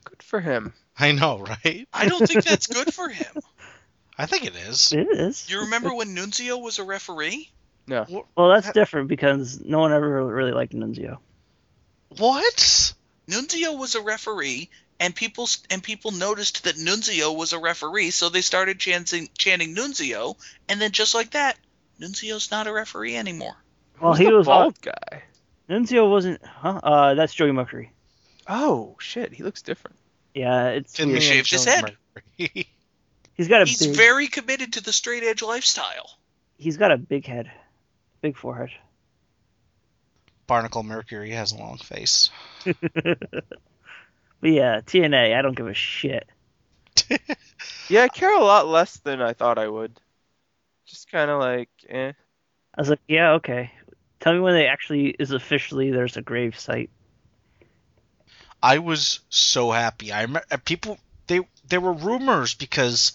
[SPEAKER 7] Good for him.
[SPEAKER 1] I know, right?
[SPEAKER 5] I don't think that's good for him.
[SPEAKER 1] I think it is.
[SPEAKER 6] It is.
[SPEAKER 5] You remember when Nunzio was a referee?
[SPEAKER 6] Well, that's different because no one ever really liked Nunzio.
[SPEAKER 1] What?
[SPEAKER 5] Nunzio was a referee, and people and people noticed that Nunzio was a referee, so they started chanting, chanting Nunzio, and then just like that, Nunzio's not a referee anymore.
[SPEAKER 6] Well,
[SPEAKER 7] Who's
[SPEAKER 6] he
[SPEAKER 7] the
[SPEAKER 6] was all,
[SPEAKER 7] bald guy.
[SPEAKER 6] Nunzio wasn't. Huh? Uh, that's Joey Muckery.
[SPEAKER 7] Oh shit, he looks different.
[SPEAKER 6] Yeah, it's
[SPEAKER 1] Finley
[SPEAKER 6] weird.
[SPEAKER 1] and
[SPEAKER 5] shaved his
[SPEAKER 1] Joan
[SPEAKER 5] head.
[SPEAKER 1] Murray.
[SPEAKER 6] he's got a
[SPEAKER 5] He's
[SPEAKER 6] big,
[SPEAKER 5] very committed to the straight edge lifestyle.
[SPEAKER 6] he's got a big head, big forehead.
[SPEAKER 1] Barnacle Mercury has a long face.
[SPEAKER 6] But yeah, TNA, I don't give a shit.
[SPEAKER 7] Yeah, I care a lot less than I thought I would. Just kind of like, eh.
[SPEAKER 6] I was like, yeah, okay. Tell me when they actually is officially there's a grave site.
[SPEAKER 1] I was so happy. I remember people they there were rumors because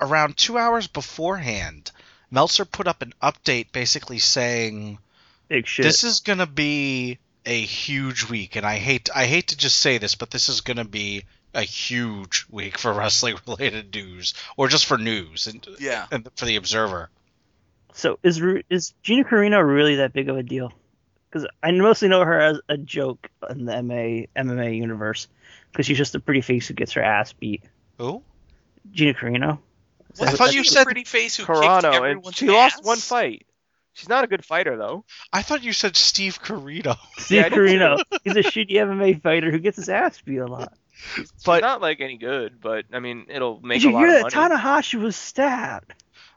[SPEAKER 1] around two hours beforehand, Meltzer put up an update basically saying
[SPEAKER 6] Big shit.
[SPEAKER 1] this is gonna be a huge week, and I hate I hate to just say this, but this is gonna be a huge week for wrestling related news, or just for news and,
[SPEAKER 5] Yeah.
[SPEAKER 1] and for the Observer.
[SPEAKER 6] so is Ru- is Gina Carino really that big of a deal? Because I mostly know her as a joke in the MA MMA universe, because she's just a pretty face who gets her ass beat.
[SPEAKER 1] Who?
[SPEAKER 6] Gina Carino.
[SPEAKER 1] I
[SPEAKER 6] That-
[SPEAKER 1] thought
[SPEAKER 6] that-
[SPEAKER 1] you said-
[SPEAKER 5] pretty face who kicked
[SPEAKER 7] Carano, and
[SPEAKER 5] everyone's
[SPEAKER 7] she lost
[SPEAKER 5] ass?
[SPEAKER 7] one fight. She's not a good fighter though.
[SPEAKER 1] I thought you said Steve Carino.
[SPEAKER 6] Steve
[SPEAKER 7] Yeah, I did
[SPEAKER 6] Carino. He's a shitty MMA fighter who gets his ass beat a lot.
[SPEAKER 7] She's
[SPEAKER 1] But-
[SPEAKER 7] not like any good, but I mean, it'll make
[SPEAKER 6] Did you
[SPEAKER 7] a lot
[SPEAKER 6] hear
[SPEAKER 7] of
[SPEAKER 6] that
[SPEAKER 7] money.
[SPEAKER 6] Tanahashi was stabbed?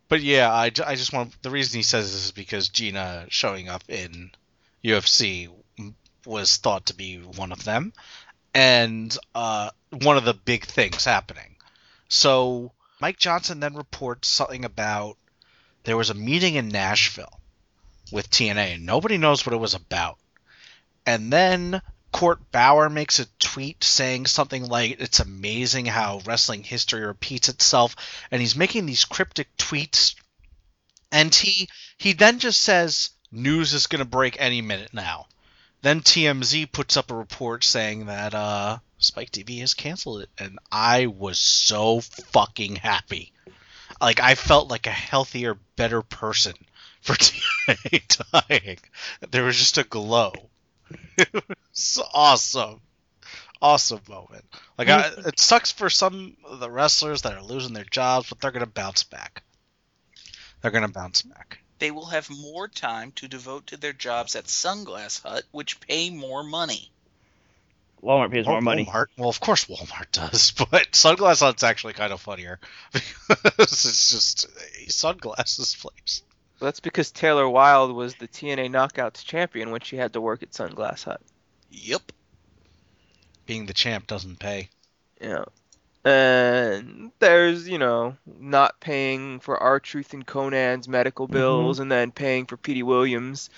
[SPEAKER 1] But yeah, I, ju- I just want the reason he says this is because Gina showing up in UFC was thought to be one of them, and uh, one of the big things happening. So Mike Johnson then reports something about there was a meeting in Nashville with TNA, and nobody knows what it was about. And then Court Bauer makes a tweet saying something like, It's amazing how wrestling history repeats itself. And he's making these cryptic tweets. And he, he then just says, News is going to break any minute now. Then TMZ puts up a report saying that uh, Spike TV has canceled it. And I was so fucking happy. Like, I felt like a healthier, better person for TNA dying. There was just a glow. It was awesome, awesome moment. Like I, it sucks for some of the wrestlers that are losing their jobs, but they're gonna bounce back. They're gonna bounce back.
[SPEAKER 5] They will have more time to devote to their jobs at Sunglass Hut, which pay more money.
[SPEAKER 6] Walmart pays
[SPEAKER 7] Oh,
[SPEAKER 6] more
[SPEAKER 1] Or
[SPEAKER 6] money.
[SPEAKER 1] Walmart. Well, of course Walmart does, but Sunglass Hut's actually kind of funnier because it's just a sunglasses place.
[SPEAKER 7] Well, that's because Taylor Wilde was the TNA Knockouts champion when she had to work at Sunglass Hut.
[SPEAKER 5] Yep.
[SPEAKER 1] Being the champ doesn't pay.
[SPEAKER 7] Yeah. And there's, you know, not paying for our Truth and Conan's medical bills and then paying for Petey Williams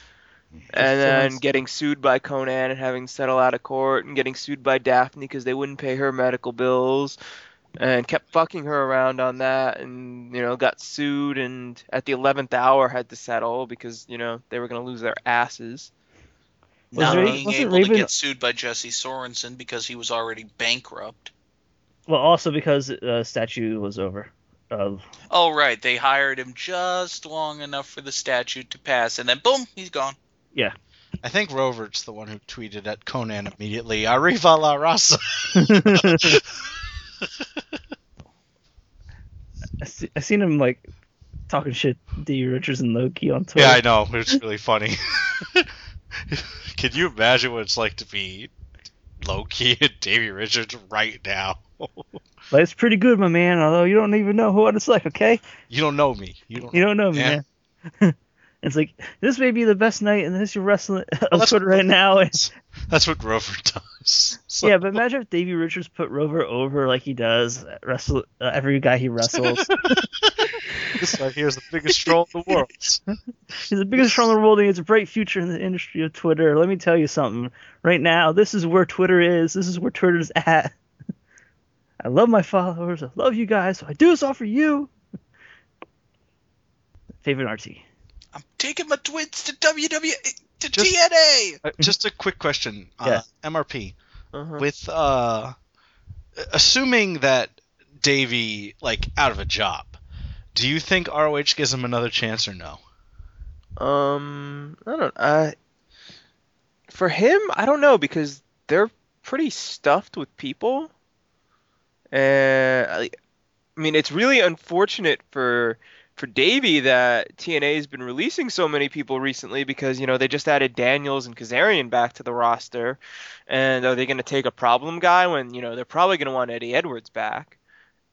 [SPEAKER 7] and then
[SPEAKER 6] sounds-
[SPEAKER 7] getting sued by Conan and having to settle out of court and getting sued by Daphne because they wouldn't pay her medical bills and kept fucking her around on that and, you know, got sued and at the 11th hour had to settle because, you know, they were going to lose their asses.
[SPEAKER 6] Was
[SPEAKER 5] Not
[SPEAKER 7] there-
[SPEAKER 5] being
[SPEAKER 6] wasn't
[SPEAKER 5] able to
[SPEAKER 6] Raven-
[SPEAKER 5] get sued by Jesse Sorensen because he was already bankrupt.
[SPEAKER 6] Well, also because uh, statue was over. Of
[SPEAKER 5] Oh, right. They hired him just long enough for the statute to pass, and then boom, he's gone.
[SPEAKER 1] I think Rovert's the one who tweeted at Conan immediately. Arriva la raza.
[SPEAKER 6] I, see, I seen him like talking shit D Richards and Loki on Twitter.
[SPEAKER 1] Yeah, I know. It's really funny. Can you imagine what it's like to be Loki and Davy Richards right now?
[SPEAKER 6] But it's pretty good, my man. Although you don't even know what it's like, okay?
[SPEAKER 1] You don't know me. You don't.
[SPEAKER 6] You don't know me,
[SPEAKER 1] Yeah.
[SPEAKER 6] man. it's like this may be the best night in the history of wrestling of
[SPEAKER 1] that's-
[SPEAKER 6] Twitter right now.
[SPEAKER 1] That's what Rover does. So-
[SPEAKER 6] yeah, but imagine if Davey Richards put Rover over like he does wrestle uh, every guy he wrestles.
[SPEAKER 1] This right here is the biggest troll in the world.
[SPEAKER 6] He's the biggest troll in the world, and he has a bright future in the industry of Twitter. Let me tell you something. Right now, this is where Twitter is. This is where Twitter's at. I love my followers. I love you guys. So I do this all for you. Favorite RT.
[SPEAKER 5] I'm taking my twins to WWE to
[SPEAKER 1] Just-
[SPEAKER 5] TNA.
[SPEAKER 1] Uh, Just a quick question.
[SPEAKER 6] Yeah.
[SPEAKER 1] Uh, MRP.
[SPEAKER 7] Uh-huh.
[SPEAKER 1] With uh, assuming that Davy like out of a job, Do you think ROH gives him another chance or no?
[SPEAKER 7] Um, I don't. I for him, I don't know because they're pretty stuffed with people, and I, I mean it's really unfortunate for for Davey that TNA has been releasing so many people recently because you know they just added Daniels and Kazarian back to the roster, and are they going to take a problem guy when you know they're probably going to want Eddie Edwards back?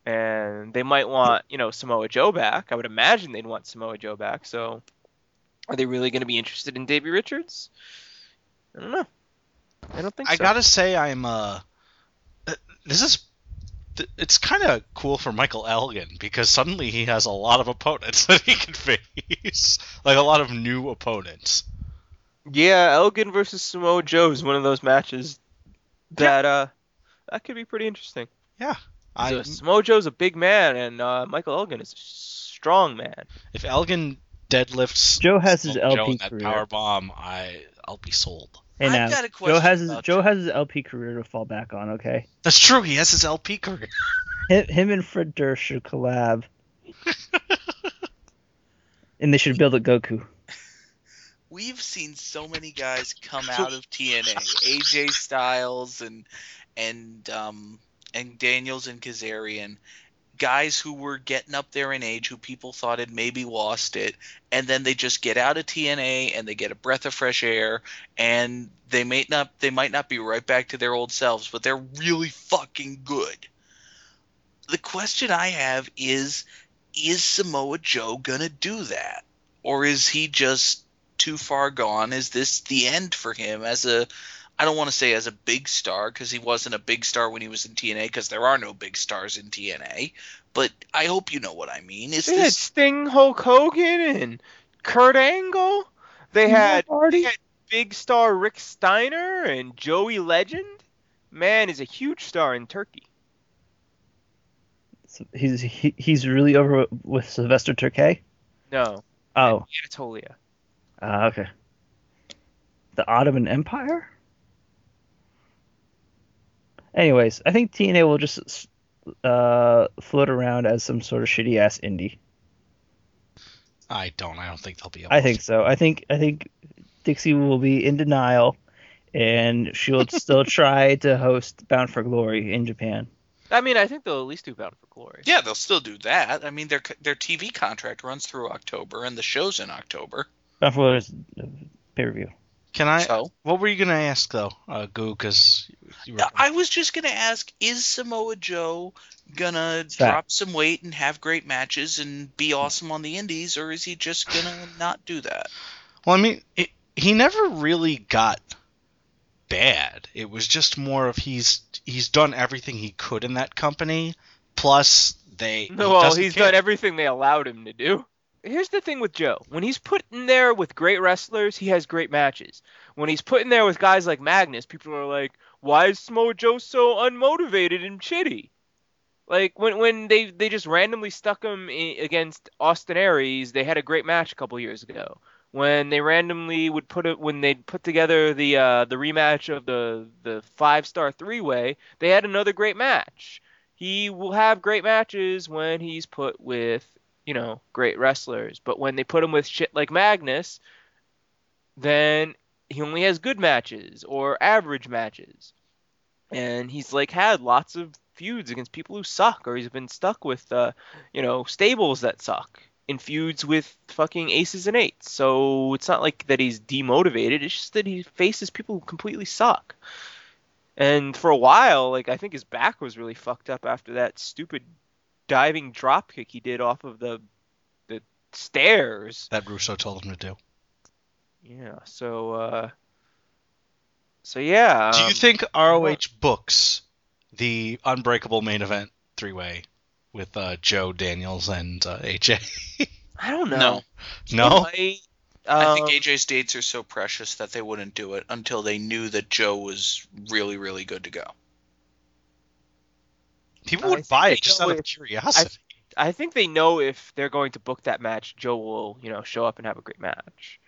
[SPEAKER 7] And they might want, you know, Samoa Joe back. I would imagine they'd want Samoa Joe back. So, are they really going to be interested in Davy Richards? I don't know. I don't think
[SPEAKER 1] I
[SPEAKER 7] so.
[SPEAKER 1] gotta say, I'm uh, this is th- it's kind of cool for Michael Elgin because suddenly he has a lot of opponents that he can face, like a lot of new opponents.
[SPEAKER 7] Yeah, Elgin versus Samoa Joe is one of those matches that uh that could be pretty interesting.
[SPEAKER 1] I,
[SPEAKER 7] So Samoa Joe's a big man, and uh, Michael Elgin is a strong man.
[SPEAKER 1] if Elgin deadlifts
[SPEAKER 6] Joe has his
[SPEAKER 1] Samoa Joe
[SPEAKER 6] LP
[SPEAKER 1] in that
[SPEAKER 6] career.
[SPEAKER 1] power bomb, I I'll be sold.
[SPEAKER 6] Hey
[SPEAKER 5] I've
[SPEAKER 6] now,
[SPEAKER 5] got a
[SPEAKER 6] Joe
[SPEAKER 5] question
[SPEAKER 6] has his,
[SPEAKER 5] about
[SPEAKER 6] Joe
[SPEAKER 5] you.
[SPEAKER 6] has his LP career to fall back on. Okay,
[SPEAKER 1] That's true. He has his LP career.
[SPEAKER 6] him, him and Fred Durst should collab, and they should build a Goku.
[SPEAKER 5] We've seen so many guys come out of TNA, AJ Styles and and um and Daniels and Kazarian, guys who were getting up there in age, who people thought had maybe lost it, and then they just get out of TNA and they get a breath of fresh air, and they may not they might not be right back to their old selves, but they're really fucking good. The question I have is, is Samoa Joe gonna do that, or is he just too far gone? Is this the end for him as a I don't want to say as a big star because he wasn't a big star when he was in TNA because there are no big stars in TNA. But I hope you know what I mean. Is
[SPEAKER 7] They had
[SPEAKER 5] this
[SPEAKER 7] Sting, Hulk Hogan, and Kurt Angle. They had
[SPEAKER 6] Marty.
[SPEAKER 7] big star Rick Steiner and Joey Legend. Man is a huge star in Turkey.
[SPEAKER 6] He's he, he's really over with Sylvester Turkey.
[SPEAKER 7] No,
[SPEAKER 6] Oh,
[SPEAKER 7] Anatolia.
[SPEAKER 6] uh, okay. The Ottoman Empire. Anyways, I think TNA will just uh, float around as some sort of shitty ass indie.
[SPEAKER 1] I don't. I don't think they'll be able.
[SPEAKER 6] I
[SPEAKER 1] to.
[SPEAKER 6] think so. I think I think Dixie will be in denial, and she'll still try to host Bound for Glory in Japan.
[SPEAKER 7] I mean, I think they'll at least do Bound for Glory.
[SPEAKER 5] Yeah, they'll still do that. I mean, their their TV contract runs through October, and the show's in October.
[SPEAKER 6] Bound for uh, Glory is pay per view.
[SPEAKER 1] Can I?
[SPEAKER 5] so
[SPEAKER 1] What were you gonna ask though, uh, Goo? Because you were,
[SPEAKER 5] I was just gonna ask: Is Samoa Joe gonna
[SPEAKER 6] fat.
[SPEAKER 5] drop some weight and have great matches and be awesome on the Indies, or is he just gonna not do that?
[SPEAKER 1] well, I mean, it, he never really got bad. It was just more of he's he's done everything he could in that company. Plus, they
[SPEAKER 7] No, well,
[SPEAKER 1] doesn't
[SPEAKER 7] he's
[SPEAKER 1] care.
[SPEAKER 7] done everything they allowed him to do. Here's the thing with Joe. When he's put in there with great wrestlers, he has great matches. When he's put in there with guys like Magnus, people are like, "Why is Samoa Joe so unmotivated and shitty?" Like when when they they just randomly stuck him i against Austin Aries, they had a great match a couple years ago. When they randomly would put it when they put together the uh, the rematch of the the five star three way, they had another great match he will have great matches when he's put with you know great wrestlers but when they put him with shit like magnus then he only has good matches or average matches and he's like had lots of feuds against people who suck or he's been stuck with uh, you know stables that suck in feuds with fucking aces and eights so it's not like that he's demotivated it's just that he faces people who completely suck and for a while, like I think his back was really fucked up after that stupid diving drop kick he did off of the the stairs.
[SPEAKER 1] that Russo told him to do.
[SPEAKER 7] Yeah. So uh so yeah.
[SPEAKER 1] do
[SPEAKER 7] um,
[SPEAKER 1] you think ROH books the Unbreakable main event three way with uh, Joe Daniels and uh, AJ?
[SPEAKER 7] I don't know.
[SPEAKER 5] No,
[SPEAKER 1] No,
[SPEAKER 7] They might,
[SPEAKER 5] I
[SPEAKER 7] um,
[SPEAKER 5] think AJ's dates are so precious that they wouldn't do it until they knew that Joe was really, really good to go.
[SPEAKER 1] people
[SPEAKER 7] I
[SPEAKER 1] would
[SPEAKER 7] think
[SPEAKER 1] buy
[SPEAKER 7] they
[SPEAKER 1] it just
[SPEAKER 7] know
[SPEAKER 1] out of
[SPEAKER 7] if-
[SPEAKER 1] curiosity.
[SPEAKER 7] I think they know if they're going to book that match, Joe will, you know, show up and have a great match.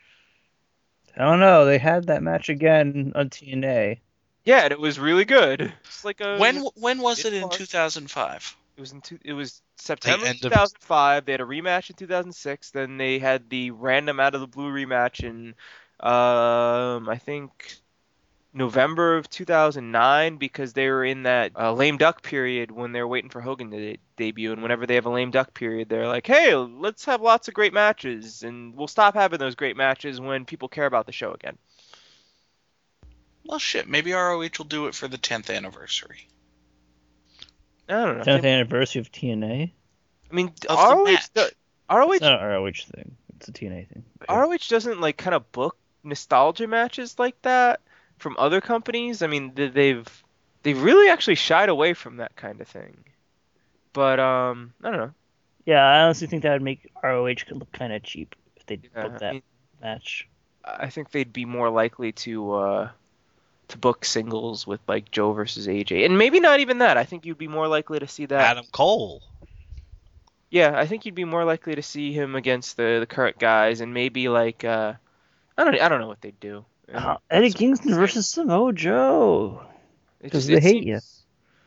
[SPEAKER 6] I don't know. They had that match again on TNA.
[SPEAKER 7] Yeah, and Uh, it was really good. It's like a
[SPEAKER 5] When when was it in
[SPEAKER 7] Midcard.
[SPEAKER 5] 2005?
[SPEAKER 7] It was in two, it was September
[SPEAKER 1] end of-
[SPEAKER 7] 2005. They had a rematch in 2006. Then they had the random out of the blue rematch in, um, I think, November of 2009 because they were in that uh, lame duck period when they're waiting for Hogan to de- debut. And whenever they have a lame duck period, they're like, hey, let's have lots of great matches, and we'll stop having those great matches when people care about the show again.
[SPEAKER 5] Well, shit. Maybe ROH will do it for the 10th anniversary.
[SPEAKER 7] I don't know.
[SPEAKER 6] 10th anniversary of TNA.
[SPEAKER 7] I mean,
[SPEAKER 5] Of the
[SPEAKER 7] ROH,
[SPEAKER 5] match.
[SPEAKER 7] do- ROH
[SPEAKER 6] It's not an ROH thing. It's a TNA thing. Okay.
[SPEAKER 7] ROH doesn't like kind of book nostalgia matches like that from other companies. I mean, th- they've they've really actually shied away from that kind of thing. But um, I don't know.
[SPEAKER 6] Yeah, I honestly think that would make ROH look kind of cheap if they
[SPEAKER 7] Yeah,
[SPEAKER 6] booked
[SPEAKER 7] I,
[SPEAKER 6] that
[SPEAKER 7] mean,
[SPEAKER 6] match.
[SPEAKER 7] I think they'd be more likely to uh, to book singles with like Joe versus AJ, and maybe not even that. I think you'd be more likely to see that.
[SPEAKER 1] Adam Cole.
[SPEAKER 7] Yeah, I think you'd be more likely to see him against the, the current guys, and maybe like uh, I don't I don't know what they'd do.
[SPEAKER 6] Uh, Eddie Kingston versus Samoa Joe.
[SPEAKER 7] It
[SPEAKER 6] 'Cause
[SPEAKER 7] just-
[SPEAKER 6] they
[SPEAKER 7] it
[SPEAKER 6] hate
[SPEAKER 7] seems,
[SPEAKER 6] ya.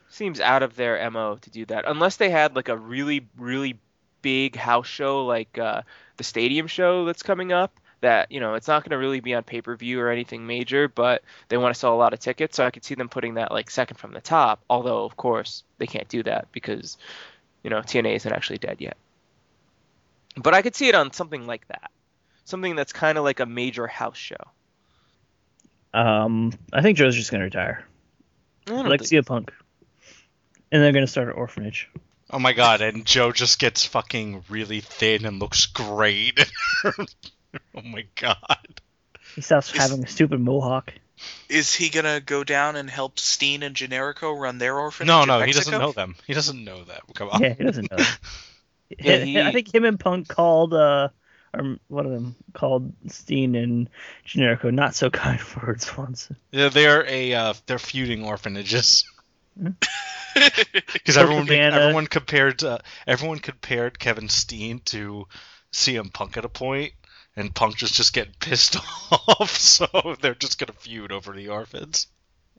[SPEAKER 7] Seems out of their mo to do that, unless they had like a really, really big house show, like uh, the stadium show that's coming up. That you know, it's not going to really be on pay per view or anything major, but they want to sell a lot of tickets, so I could see them putting that like second from the top. Although, of course, they can't do that because you know TNA isn't actually dead yet. But I could see it on something like that, something that's kind of like a major house show.
[SPEAKER 6] Um, I think Joe's just gonna retire.
[SPEAKER 7] I don't
[SPEAKER 6] I'd like to
[SPEAKER 7] think-
[SPEAKER 6] see a punk, and they're gonna start an orphanage.
[SPEAKER 1] Oh my god, and Joe just gets fucking really thin and looks great. oh my god.
[SPEAKER 6] He stops having a stupid mohawk.
[SPEAKER 5] Is he gonna go down and help Steen and Generico run their orphanage?
[SPEAKER 1] No,
[SPEAKER 5] in
[SPEAKER 1] no, he
[SPEAKER 5] Mexico?
[SPEAKER 1] doesn't know them. He doesn't know that. Come on.
[SPEAKER 6] Yeah, he doesn't know.
[SPEAKER 7] Yeah,
[SPEAKER 6] Hi-
[SPEAKER 7] he-
[SPEAKER 6] I think him and Punk called, uh, or one of them called Steen and Generico not so kind words once.
[SPEAKER 1] Yeah, they're a uh, they're feuding orphanages. Because
[SPEAKER 6] Coke
[SPEAKER 1] everyone be-
[SPEAKER 6] Cabana.
[SPEAKER 1] everyone compared uh, everyone compared Kevin Steen to CM Punk at a point, and Punk just just getting pissed off, so they're just gonna feud over the orphans.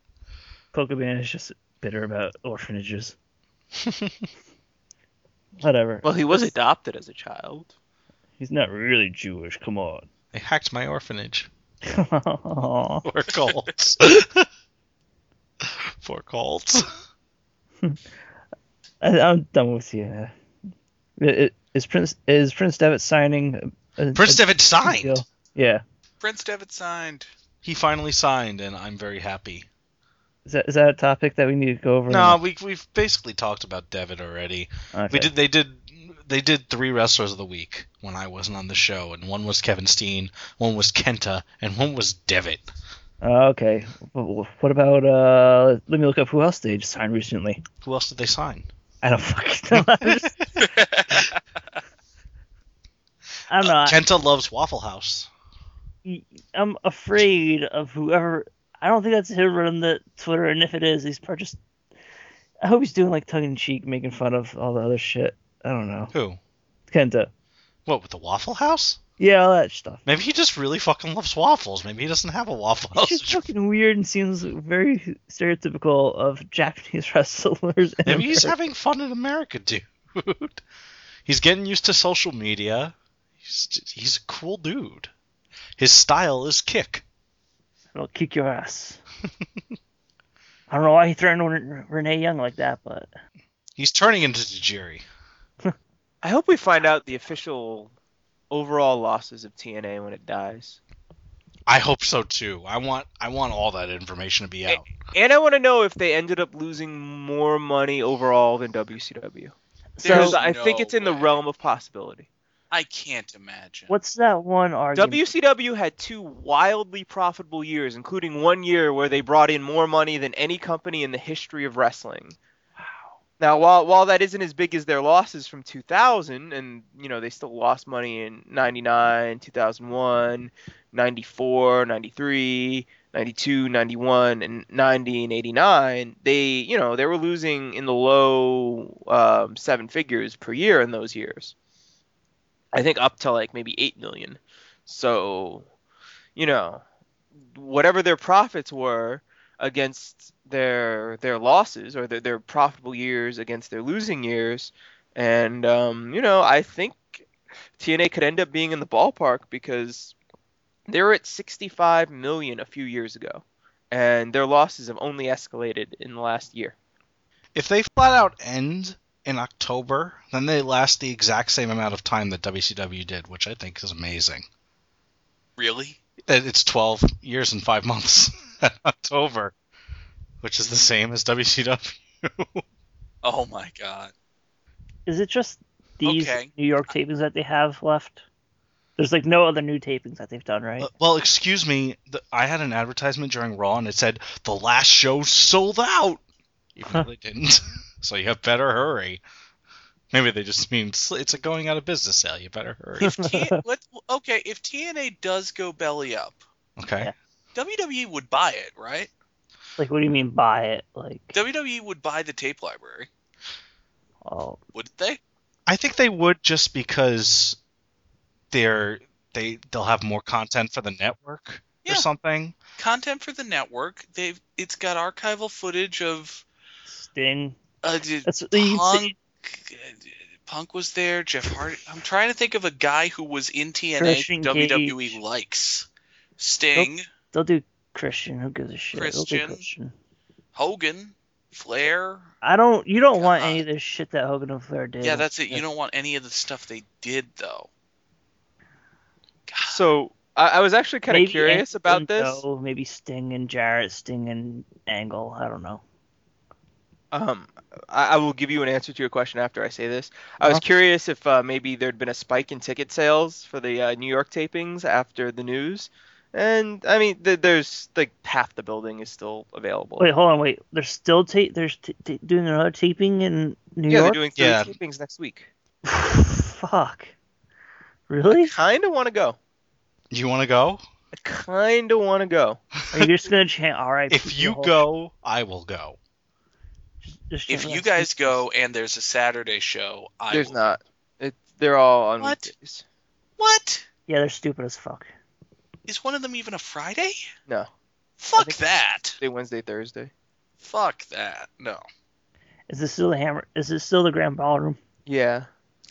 [SPEAKER 6] Pokemon is just bitter about orphanages. Whatever.
[SPEAKER 7] Well, he was adopted as a child.
[SPEAKER 6] He's not really Jewish. Come on.
[SPEAKER 1] They hacked my orphanage.
[SPEAKER 6] Aw.
[SPEAKER 1] Poor Colts. Poor Colts.
[SPEAKER 6] I, I'm done with you. It- it- Is Prince is Prince Devitt signing? a- a-
[SPEAKER 1] Prince Devitt
[SPEAKER 6] a
[SPEAKER 1] signed.
[SPEAKER 6] deal? Yeah.
[SPEAKER 5] Prince Devitt signed.
[SPEAKER 1] He finally signed, and I'm very happy.
[SPEAKER 6] Is that is that a topic that we need to go over?
[SPEAKER 1] No, we we've basically talked about Devitt already.
[SPEAKER 6] Okay.
[SPEAKER 1] We did. They did. They did three wrestlers of the week when I wasn't on the show, and one was Kevin Steen, one was Kenta, and one was Devitt.
[SPEAKER 6] Uh, Okay. Wh- wh- What about uh? Let me look up who else they just signed recently.
[SPEAKER 1] Who else did they sign?
[SPEAKER 6] I don't fucking know. I just- I don't know. I-
[SPEAKER 1] Kenta loves Waffle House.
[SPEAKER 6] I'm afraid of whoever. I don't think that's him running the Twitter, and if it is, he's probably just. I hope he's doing like tongue in cheek, making fun of all the other shit. I don't know.
[SPEAKER 1] Who?
[SPEAKER 6] Kenta.
[SPEAKER 1] What with the Waffle House?
[SPEAKER 6] Yeah, all that stuff.
[SPEAKER 1] Maybe he just really fucking loves waffles. Maybe he doesn't have a Waffle
[SPEAKER 6] It's
[SPEAKER 1] House.
[SPEAKER 6] just fucking weird and seems very stereotypical of Japanese wrestlers. in
[SPEAKER 1] Maybe he's
[SPEAKER 6] America.
[SPEAKER 1] having fun in America, dude. he's getting used to social media. He's he's a cool dude. His style is kick.
[SPEAKER 6] I'll kick your ass. I don't know why he threatened Ren- Renee Young like that, but
[SPEAKER 1] He's turning into Tajiri.
[SPEAKER 7] I hope we find out the official overall losses of TNA when it dies.
[SPEAKER 1] I hope so too. I want I want all that information to be out.
[SPEAKER 7] And I want to know if they ended up losing more money overall than WCW.
[SPEAKER 6] so
[SPEAKER 7] Because I think
[SPEAKER 5] no
[SPEAKER 7] it's in the
[SPEAKER 5] way.
[SPEAKER 7] realm of possibility.
[SPEAKER 5] I can't imagine.
[SPEAKER 6] what's that one argument?
[SPEAKER 7] WCW had two wildly profitable years, including one year where they brought in more money than any company in the history of wrestling. Now, while while that isn't as big as their losses from 2000, and you know they still lost money in 99, 2001, 94, 93, 92, 91, and 90 and 89, they you know they were losing in the low um, seven figures per year in those years. I think up to like maybe eight million. So, you know, whatever their profits were, against their their losses or their, their profitable years against their losing years, and um, you know I think TNA could end up being in the ballpark because they were at 65 million a few years ago, and their losses have only escalated in the last year.
[SPEAKER 1] If they flat out end in October, then they last the exact same amount of time that WCW did, which I think is amazing.
[SPEAKER 5] Really?
[SPEAKER 1] That It's 12 years and 5 months in October, which is the same as WCW.
[SPEAKER 5] Oh my god.
[SPEAKER 6] Is it just these
[SPEAKER 5] Okay.
[SPEAKER 6] New York tapings that they have left? There's like no other new tapings that they've done, right?
[SPEAKER 1] Uh, well, excuse me, the, I had an advertisement during Raw and it said, the last show sold out! Even though they didn't. so you have better hurry. Maybe they just mean it's it's a going out of business sale. You better hurry.
[SPEAKER 5] If T- let's, okay, if TNA does go belly up,
[SPEAKER 1] Okay.
[SPEAKER 6] Yeah.
[SPEAKER 5] WWE would buy it, right?
[SPEAKER 6] like, what do you mean by it? Like,
[SPEAKER 5] WWE would buy the tape library,
[SPEAKER 6] oh,
[SPEAKER 5] wouldn't they?
[SPEAKER 1] I think they would just because they're they they'll have more content for the network
[SPEAKER 5] Yeah.
[SPEAKER 1] or something.
[SPEAKER 5] Content for the network. They've it's got archival footage of
[SPEAKER 6] Sting.
[SPEAKER 5] uh, d-
[SPEAKER 6] That's you can
[SPEAKER 5] Punk.
[SPEAKER 6] see-
[SPEAKER 5] Punk was there. Jeff Hardy. I'm trying to think of a guy who was in
[SPEAKER 6] Christian
[SPEAKER 5] TNA WWE
[SPEAKER 6] Cage.
[SPEAKER 5] E likes. Sting,
[SPEAKER 6] They'll do Christian. Who gives a shit? They'll do
[SPEAKER 5] Christian.
[SPEAKER 6] Christian.
[SPEAKER 5] Hogan, Flair.
[SPEAKER 6] I don't. You don't want
[SPEAKER 5] God.
[SPEAKER 6] any of this shit that Hogan and Flair did.
[SPEAKER 5] Yeah, that's it. You
[SPEAKER 6] Yeah.
[SPEAKER 5] don't want any of the stuff they did though. God.
[SPEAKER 7] So I, I was actually kind of
[SPEAKER 6] Maybe
[SPEAKER 7] curious
[SPEAKER 6] Angle
[SPEAKER 7] about
[SPEAKER 6] and
[SPEAKER 7] this.
[SPEAKER 6] Joe, maybe Sting and Jarrett, Sting and Angle. I don't know.
[SPEAKER 7] Um, I, I will give you an answer to your question after I say this. I was
[SPEAKER 6] Uh-huh.
[SPEAKER 7] curious if uh, maybe there'd been a spike in ticket sales for the uh, New York tapings after the news, and I mean, th- there's like half the building is still available.
[SPEAKER 6] Wait, hold on. Wait, they're still ta- they're t- t- doing another taping in New
[SPEAKER 7] yeah,
[SPEAKER 6] York.
[SPEAKER 7] they're doing three
[SPEAKER 1] Yeah.
[SPEAKER 7] tapings next week.
[SPEAKER 6] Fuck. Really?
[SPEAKER 7] Kind of want to go.
[SPEAKER 1] Do you want to go?
[SPEAKER 7] I kind of want to go.
[SPEAKER 6] Are you just gonna chant "R.I.P."
[SPEAKER 1] If
[SPEAKER 6] the
[SPEAKER 1] you
[SPEAKER 6] whole-
[SPEAKER 1] go, I will go.
[SPEAKER 6] just- just
[SPEAKER 5] If
[SPEAKER 6] chant
[SPEAKER 5] you
[SPEAKER 6] that.
[SPEAKER 5] guys go and there's a Saturday show, I
[SPEAKER 7] There's
[SPEAKER 5] will-
[SPEAKER 7] not. It, they're all on
[SPEAKER 5] What?
[SPEAKER 7] weekdays.
[SPEAKER 5] What?
[SPEAKER 6] yeah, they're stupid as fuck.
[SPEAKER 5] Is one of them even a Friday?
[SPEAKER 7] No, I
[SPEAKER 5] Fuck
[SPEAKER 7] think-
[SPEAKER 5] that.
[SPEAKER 7] they Wednesday, Thursday.
[SPEAKER 5] Fuck that. No.
[SPEAKER 6] Is this still the hammer? Is this still the grand ballroom?
[SPEAKER 7] Yeah.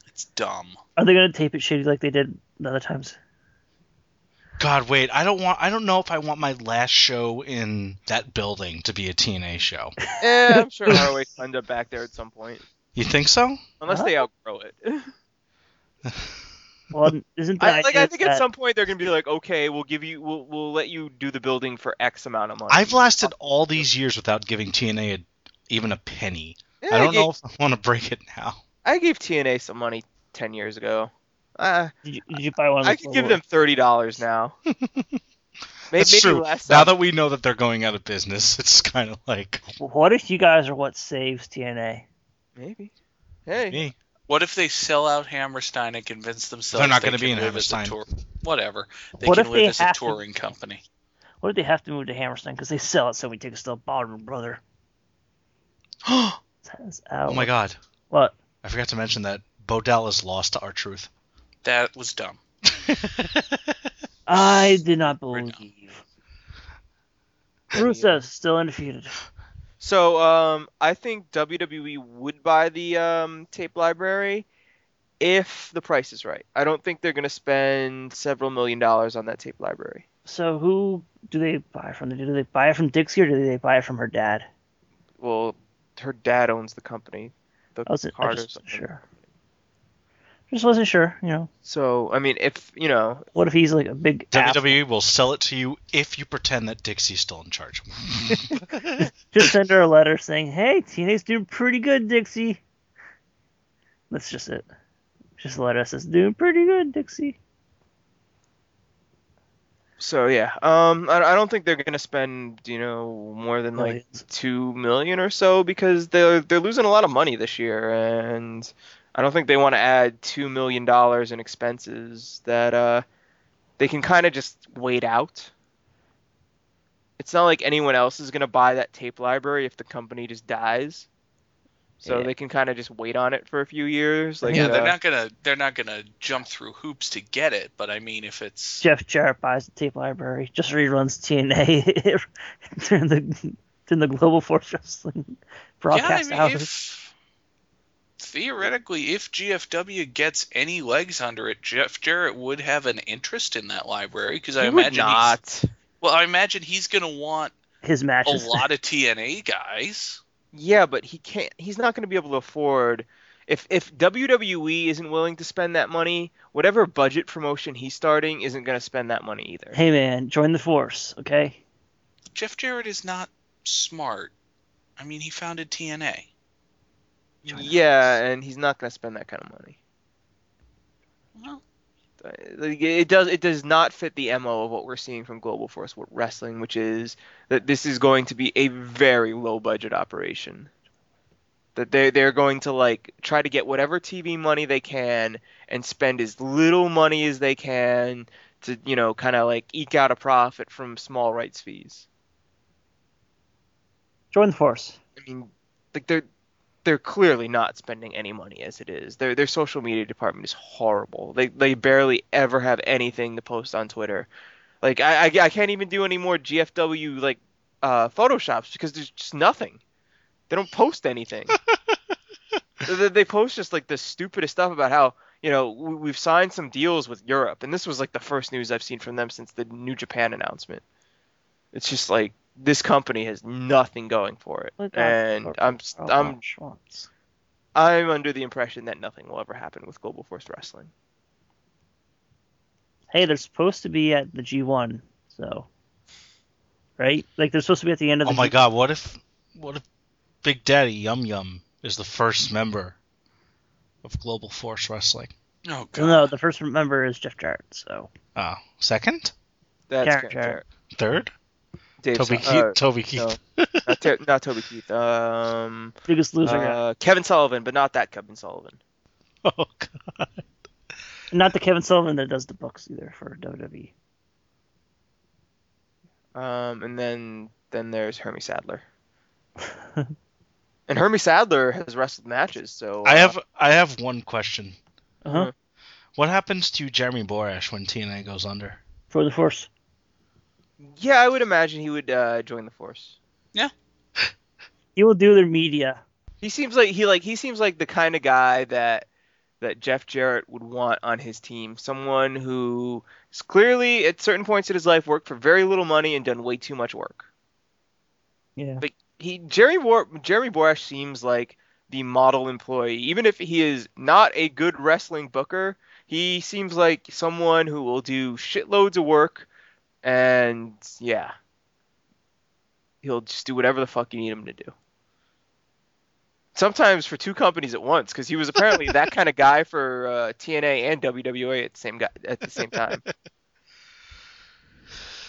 [SPEAKER 5] It's dumb.
[SPEAKER 6] Are they gonna tape it shitty like they did the other times?
[SPEAKER 1] God, wait. I don't want. I don't know if I want my last show in that building to be a TNA show.
[SPEAKER 7] Eh, I'm sure ROH will end up back there at some point,
[SPEAKER 1] You think so?
[SPEAKER 7] unless
[SPEAKER 6] Uh-huh.
[SPEAKER 7] they outgrow it.
[SPEAKER 6] Well, isn't the
[SPEAKER 7] I, like I
[SPEAKER 6] idea
[SPEAKER 7] think at
[SPEAKER 6] that-
[SPEAKER 7] some point they're gonna be like, okay, we'll give you, we'll, we'll let you do the building for X amount of money.
[SPEAKER 1] I've lasted all these years without giving TNA a, even a penny.
[SPEAKER 7] Yeah,
[SPEAKER 1] I don't
[SPEAKER 7] gave,
[SPEAKER 1] know if I want to break it now.
[SPEAKER 7] I gave TNA some money ten years ago. Uh,
[SPEAKER 6] Did you, did you buy one? Of
[SPEAKER 7] I
[SPEAKER 6] those
[SPEAKER 7] could give
[SPEAKER 6] little-
[SPEAKER 7] them thirty dollars now. May- maybe,
[SPEAKER 1] That's true.
[SPEAKER 7] less.
[SPEAKER 1] Now
[SPEAKER 7] uh,
[SPEAKER 1] that we know that they're going out of business, it's kind of like
[SPEAKER 6] What if you guys are what saves TNA?
[SPEAKER 7] maybe. Hey,
[SPEAKER 1] me.
[SPEAKER 5] What if they sell out Hammerstein and convince themselves
[SPEAKER 1] They're not
[SPEAKER 5] going
[SPEAKER 1] gonna
[SPEAKER 5] to
[SPEAKER 1] be in Hammerstein.
[SPEAKER 5] Tour- whatever. They
[SPEAKER 6] What
[SPEAKER 5] can
[SPEAKER 6] if
[SPEAKER 5] live
[SPEAKER 6] they
[SPEAKER 5] as a
[SPEAKER 6] have to-
[SPEAKER 5] touring company.
[SPEAKER 6] What if they have to move to Hammerstein because they sell it so many tickets to the ballroom, brother?
[SPEAKER 1] oh
[SPEAKER 6] That's
[SPEAKER 1] my God.
[SPEAKER 6] What?
[SPEAKER 1] I forgot to mention that Bo Dallas lost to our Truth.
[SPEAKER 5] That was dumb.
[SPEAKER 6] I did not
[SPEAKER 5] Right now.
[SPEAKER 6] believe. Rusev still undefeated.
[SPEAKER 7] so um, I think WWE would buy the um, tape library if the price is right. I don't think they're gonna spend several million dollars on that tape library.
[SPEAKER 6] So who do they buy from? Do they buy it from Dixie or do they buy it from her dad?
[SPEAKER 7] Well, her dad owns the company. The
[SPEAKER 6] I wasn't Oh, I
[SPEAKER 7] Carter
[SPEAKER 6] just wasn't
[SPEAKER 7] something.
[SPEAKER 6] sure. Just wasn't sure. You know,
[SPEAKER 7] So I mean, if you know,
[SPEAKER 6] what if he's like a big ass?
[SPEAKER 1] WWE E will sell it to you if you pretend that Dixie's still in charge.
[SPEAKER 6] Just send her a letter saying, "Hey, TNA's doing pretty good, Dixie." That's just it. Just a letter that says, "Doing pretty good, Dixie."
[SPEAKER 7] so yeah, um, I, I don't think they're gonna spend you know more than like
[SPEAKER 6] Millions.
[SPEAKER 7] two million or so because they're they're losing a lot of money this year, and I don't think they want to add two million dollars in expenses that uh they can kind of just wait out. It's not like anyone else is gonna buy that tape library if the company just dies. so
[SPEAKER 6] Yeah.
[SPEAKER 7] they can kind of just wait on it for a few years. Like
[SPEAKER 5] yeah,
[SPEAKER 7] uh,
[SPEAKER 5] they're not gonna they're not gonna jump through hoops to get it. But I mean, if it's
[SPEAKER 6] Jeff Jarrett buys the tape library, just reruns TNA during the during the Global Force Wrestling broadcast
[SPEAKER 5] yeah, I mean,
[SPEAKER 6] hours.
[SPEAKER 5] if, theoretically, if GFW gets any legs under it, Jeff Jarrett would have an interest in that library because I
[SPEAKER 7] He would
[SPEAKER 5] imagine He's,
[SPEAKER 7] not.
[SPEAKER 5] well, I imagine he's gonna want
[SPEAKER 6] His
[SPEAKER 5] a
[SPEAKER 6] matches.
[SPEAKER 5] lot of TNA guys.
[SPEAKER 7] Yeah, but he can't. He's not going to be able to afford. If if WWE isn't willing to spend that money, whatever budget promotion he's starting isn't going to spend that money either.
[SPEAKER 6] Hey man, join the force, okay?
[SPEAKER 5] Jeff Jarrett is not smart. I mean, he founded TNA.
[SPEAKER 7] Yeah, and he's not going to spend that kind of money. Uh,
[SPEAKER 5] Well,
[SPEAKER 7] Like, It does. It does not fit the mo of what we're seeing from Global Force Wrestling, which is that this is going to be a very low budget operation. That they they're going to like try to get whatever TV money they can and spend as little money as they can to you know kind of like eke out a profit from small rights fees.
[SPEAKER 6] Join the force.
[SPEAKER 7] I mean, like they're they're clearly not spending any money as it is. Their their social media department is horrible. They they barely ever have anything to post on Twitter. Like I I, I can't even do any more GFW like uh, photoshops because there's just nothing. They don't post anything. they, they post just like the stupidest stuff about how you know we, we've signed some deals with Europe, and this was like the first news I've seen from them since the New Japan announcement. It's just like this company has nothing going for it,
[SPEAKER 6] Look out
[SPEAKER 7] and
[SPEAKER 6] for
[SPEAKER 7] I'm I'm
[SPEAKER 6] Robert Oh, Schwartz.
[SPEAKER 7] I'm under the impression that nothing will ever happen with Global Force Wrestling.
[SPEAKER 6] Hey, they're supposed to be at the G1, so right? Like they're supposed to be at the end of
[SPEAKER 1] Oh
[SPEAKER 6] the
[SPEAKER 1] my
[SPEAKER 6] G-
[SPEAKER 1] god, what if what if Big Daddy Yum Yum is the first member of Global Force Wrestling?
[SPEAKER 5] oh god.
[SPEAKER 6] Well, No, the first member is Jeff Jarrett, so
[SPEAKER 1] Uh, second?
[SPEAKER 7] That's
[SPEAKER 6] Jarrett,
[SPEAKER 7] correct,
[SPEAKER 6] Jarrett.
[SPEAKER 1] Third?
[SPEAKER 7] Jarrett. Dave
[SPEAKER 1] Toby
[SPEAKER 7] Sol-
[SPEAKER 1] Keith
[SPEAKER 7] uh,
[SPEAKER 1] Toby Keith.
[SPEAKER 7] not, Ter- not Toby Keith. Um,
[SPEAKER 6] biggest loser guy.
[SPEAKER 7] uh, Kevin Sullivan, but not that Kevin Sullivan.
[SPEAKER 1] Oh god.
[SPEAKER 6] Not the Kevin Sullivan that does the books either for E. WWE.
[SPEAKER 7] Um, and then then there's Hermie Sadler. and Hermie Sadler has wrestled matches, so
[SPEAKER 1] I
[SPEAKER 7] uh,
[SPEAKER 1] have I have one question. Mm-hmm.
[SPEAKER 6] Uh-huh.
[SPEAKER 1] What happens to Jeremy Borash when TNA goes under?
[SPEAKER 6] For the force.
[SPEAKER 7] uh, Yeah, I would imagine he would uh, join the force.
[SPEAKER 6] He will do their media.
[SPEAKER 7] He seems like he like he seems like the kind of guy that that Jeff Jarrett would want on his team. Someone who has clearly at certain points in his life worked for very little money and done way too much work.
[SPEAKER 6] Yeah.
[SPEAKER 7] Like he Jerry War Jerry Borash seems like the model employee. Even if he is not a good wrestling booker, he seems like someone who will do shitloads of work and yeah. He'll just do whatever the fuck you need him to do. Sometimes for two companies at once, because he was apparently that kind of guy for uh, TNA and WWA at the same guy, at the same time.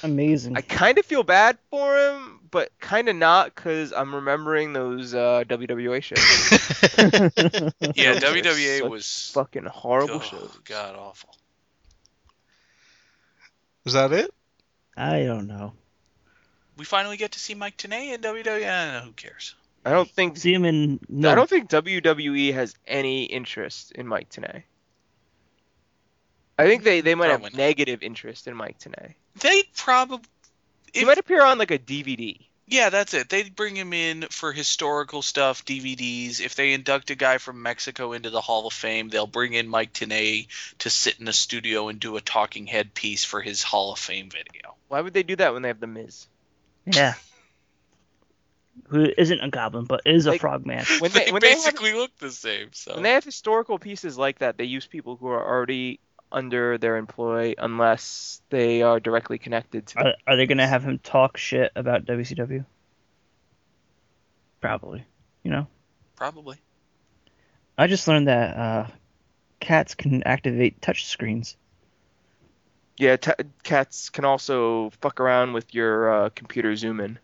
[SPEAKER 6] Amazing.
[SPEAKER 7] I kind of feel bad for him, but kind of not because I'm remembering those uh, WWA shows.
[SPEAKER 5] yeah,
[SPEAKER 7] Those are
[SPEAKER 5] WWE
[SPEAKER 7] such
[SPEAKER 5] was
[SPEAKER 7] Fucking horrible
[SPEAKER 5] oh,
[SPEAKER 7] shows.
[SPEAKER 5] god awful.
[SPEAKER 1] Is that it?
[SPEAKER 6] I don't know.
[SPEAKER 5] We finally get to see Mike Tenay in WWE. I don't know, who cares?
[SPEAKER 7] I don't think
[SPEAKER 6] See him in no.
[SPEAKER 7] I don't think WWE has any interest in Mike Tenay. I think they, they might
[SPEAKER 5] Probably
[SPEAKER 7] have
[SPEAKER 5] not.
[SPEAKER 7] negative interest in Mike Tenay.
[SPEAKER 5] They probably
[SPEAKER 7] He might appear on like a DVD.
[SPEAKER 5] Yeah, that's it. They bring him in for historical stuff, DVDs. If they induct a guy from Mexico into the Hall of Fame, they'll bring in Mike Tenay to sit in a studio and do a talking head piece for his Hall of Fame video.
[SPEAKER 7] Why would they do that when they have the Miz?
[SPEAKER 6] Yeah. Who isn't a goblin, but is a
[SPEAKER 7] Like-
[SPEAKER 6] frogman.
[SPEAKER 7] When
[SPEAKER 5] they,
[SPEAKER 7] they- when they have-
[SPEAKER 5] basically look the same. So
[SPEAKER 7] When they have historical pieces like that, they use people who are already under their employ unless they are directly connected to.
[SPEAKER 6] Are, are they gonna have him talk shit about WCW? Probably. You know.
[SPEAKER 5] probably.
[SPEAKER 6] I just learned that uh, cats can activate touch screens.
[SPEAKER 7] Yeah, t- cats can also fuck around with your uh, computer zoom in.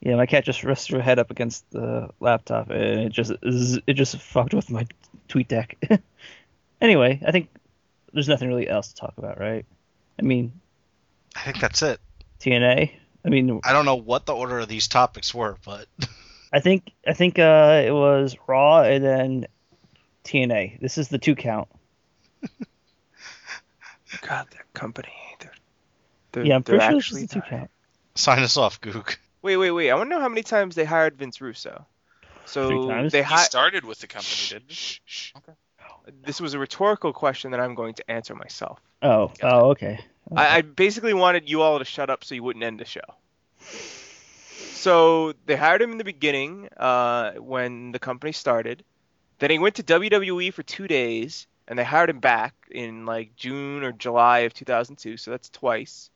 [SPEAKER 6] Yeah, my cat just rested her head up against the laptop, and it just zzz- it just fucked with my tweet deck. anyway, I think there's nothing really else to talk about, right? I mean,
[SPEAKER 1] I think that's it.
[SPEAKER 6] TNA. I mean,
[SPEAKER 1] I don't know what the order of these topics were, but
[SPEAKER 6] I think I think uh, it was Raw and then TNA. This is the two count.
[SPEAKER 7] God, that company. They're, they're,
[SPEAKER 6] yeah, I'm
[SPEAKER 7] they're
[SPEAKER 6] pretty sure this
[SPEAKER 7] actually
[SPEAKER 6] is the two
[SPEAKER 7] dying.
[SPEAKER 6] count.
[SPEAKER 1] Sign us off, Goog.
[SPEAKER 7] Wait, wait, wait. I want to know how many times they hired Vince Russo.
[SPEAKER 6] Three
[SPEAKER 7] So
[SPEAKER 6] times?
[SPEAKER 7] they
[SPEAKER 8] He
[SPEAKER 7] hired.
[SPEAKER 8] started with the company, didn't he?
[SPEAKER 7] This was a rhetorical question that I'm going to answer myself.
[SPEAKER 6] Oh, oh, okay.
[SPEAKER 7] I, I basically wanted you all to shut up so you wouldn't end the show. So they hired him in the beginning uh, when the company started. Then he went to WWE for two days, and they hired him back in like June or July of 2002. So that's twice.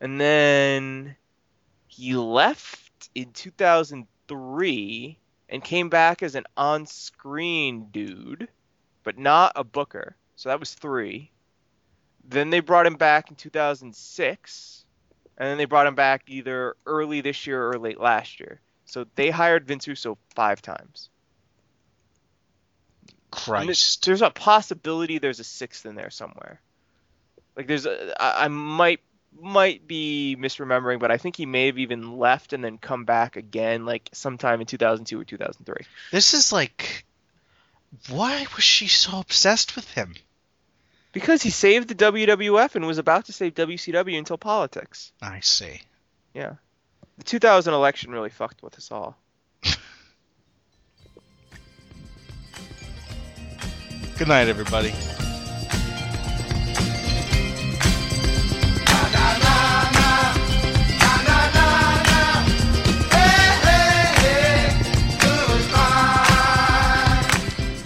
[SPEAKER 7] And then he left in 2003 and came back as an on-screen dude, but not a booker. So that was three. Then they brought him back in 2006, and then they brought him back either early this year or late last year. So they hired Vince Russo five times. And there's-
[SPEAKER 1] Christ.
[SPEAKER 7] There's a possibility there's a sixth in there somewhere. Like there's a, I, I might might be misremembering, but I think he may have even left and then come back again, like sometime in 2002 or 2003.
[SPEAKER 1] This is like. Why was she so obsessed with him?
[SPEAKER 7] Because he saved the WWF and was about to save WCW until politics.
[SPEAKER 1] I see.
[SPEAKER 7] The 2000 election really fucked with us all.
[SPEAKER 1] Good night, everybody.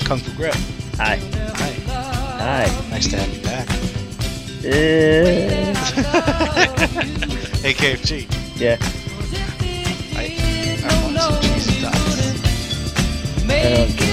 [SPEAKER 1] Kung Fu Grip.
[SPEAKER 6] Hi. Hi.
[SPEAKER 1] Nice to have you back.
[SPEAKER 6] Uh,
[SPEAKER 1] AKFG.
[SPEAKER 6] yeah.
[SPEAKER 1] I want some cheese dots.
[SPEAKER 6] I don't-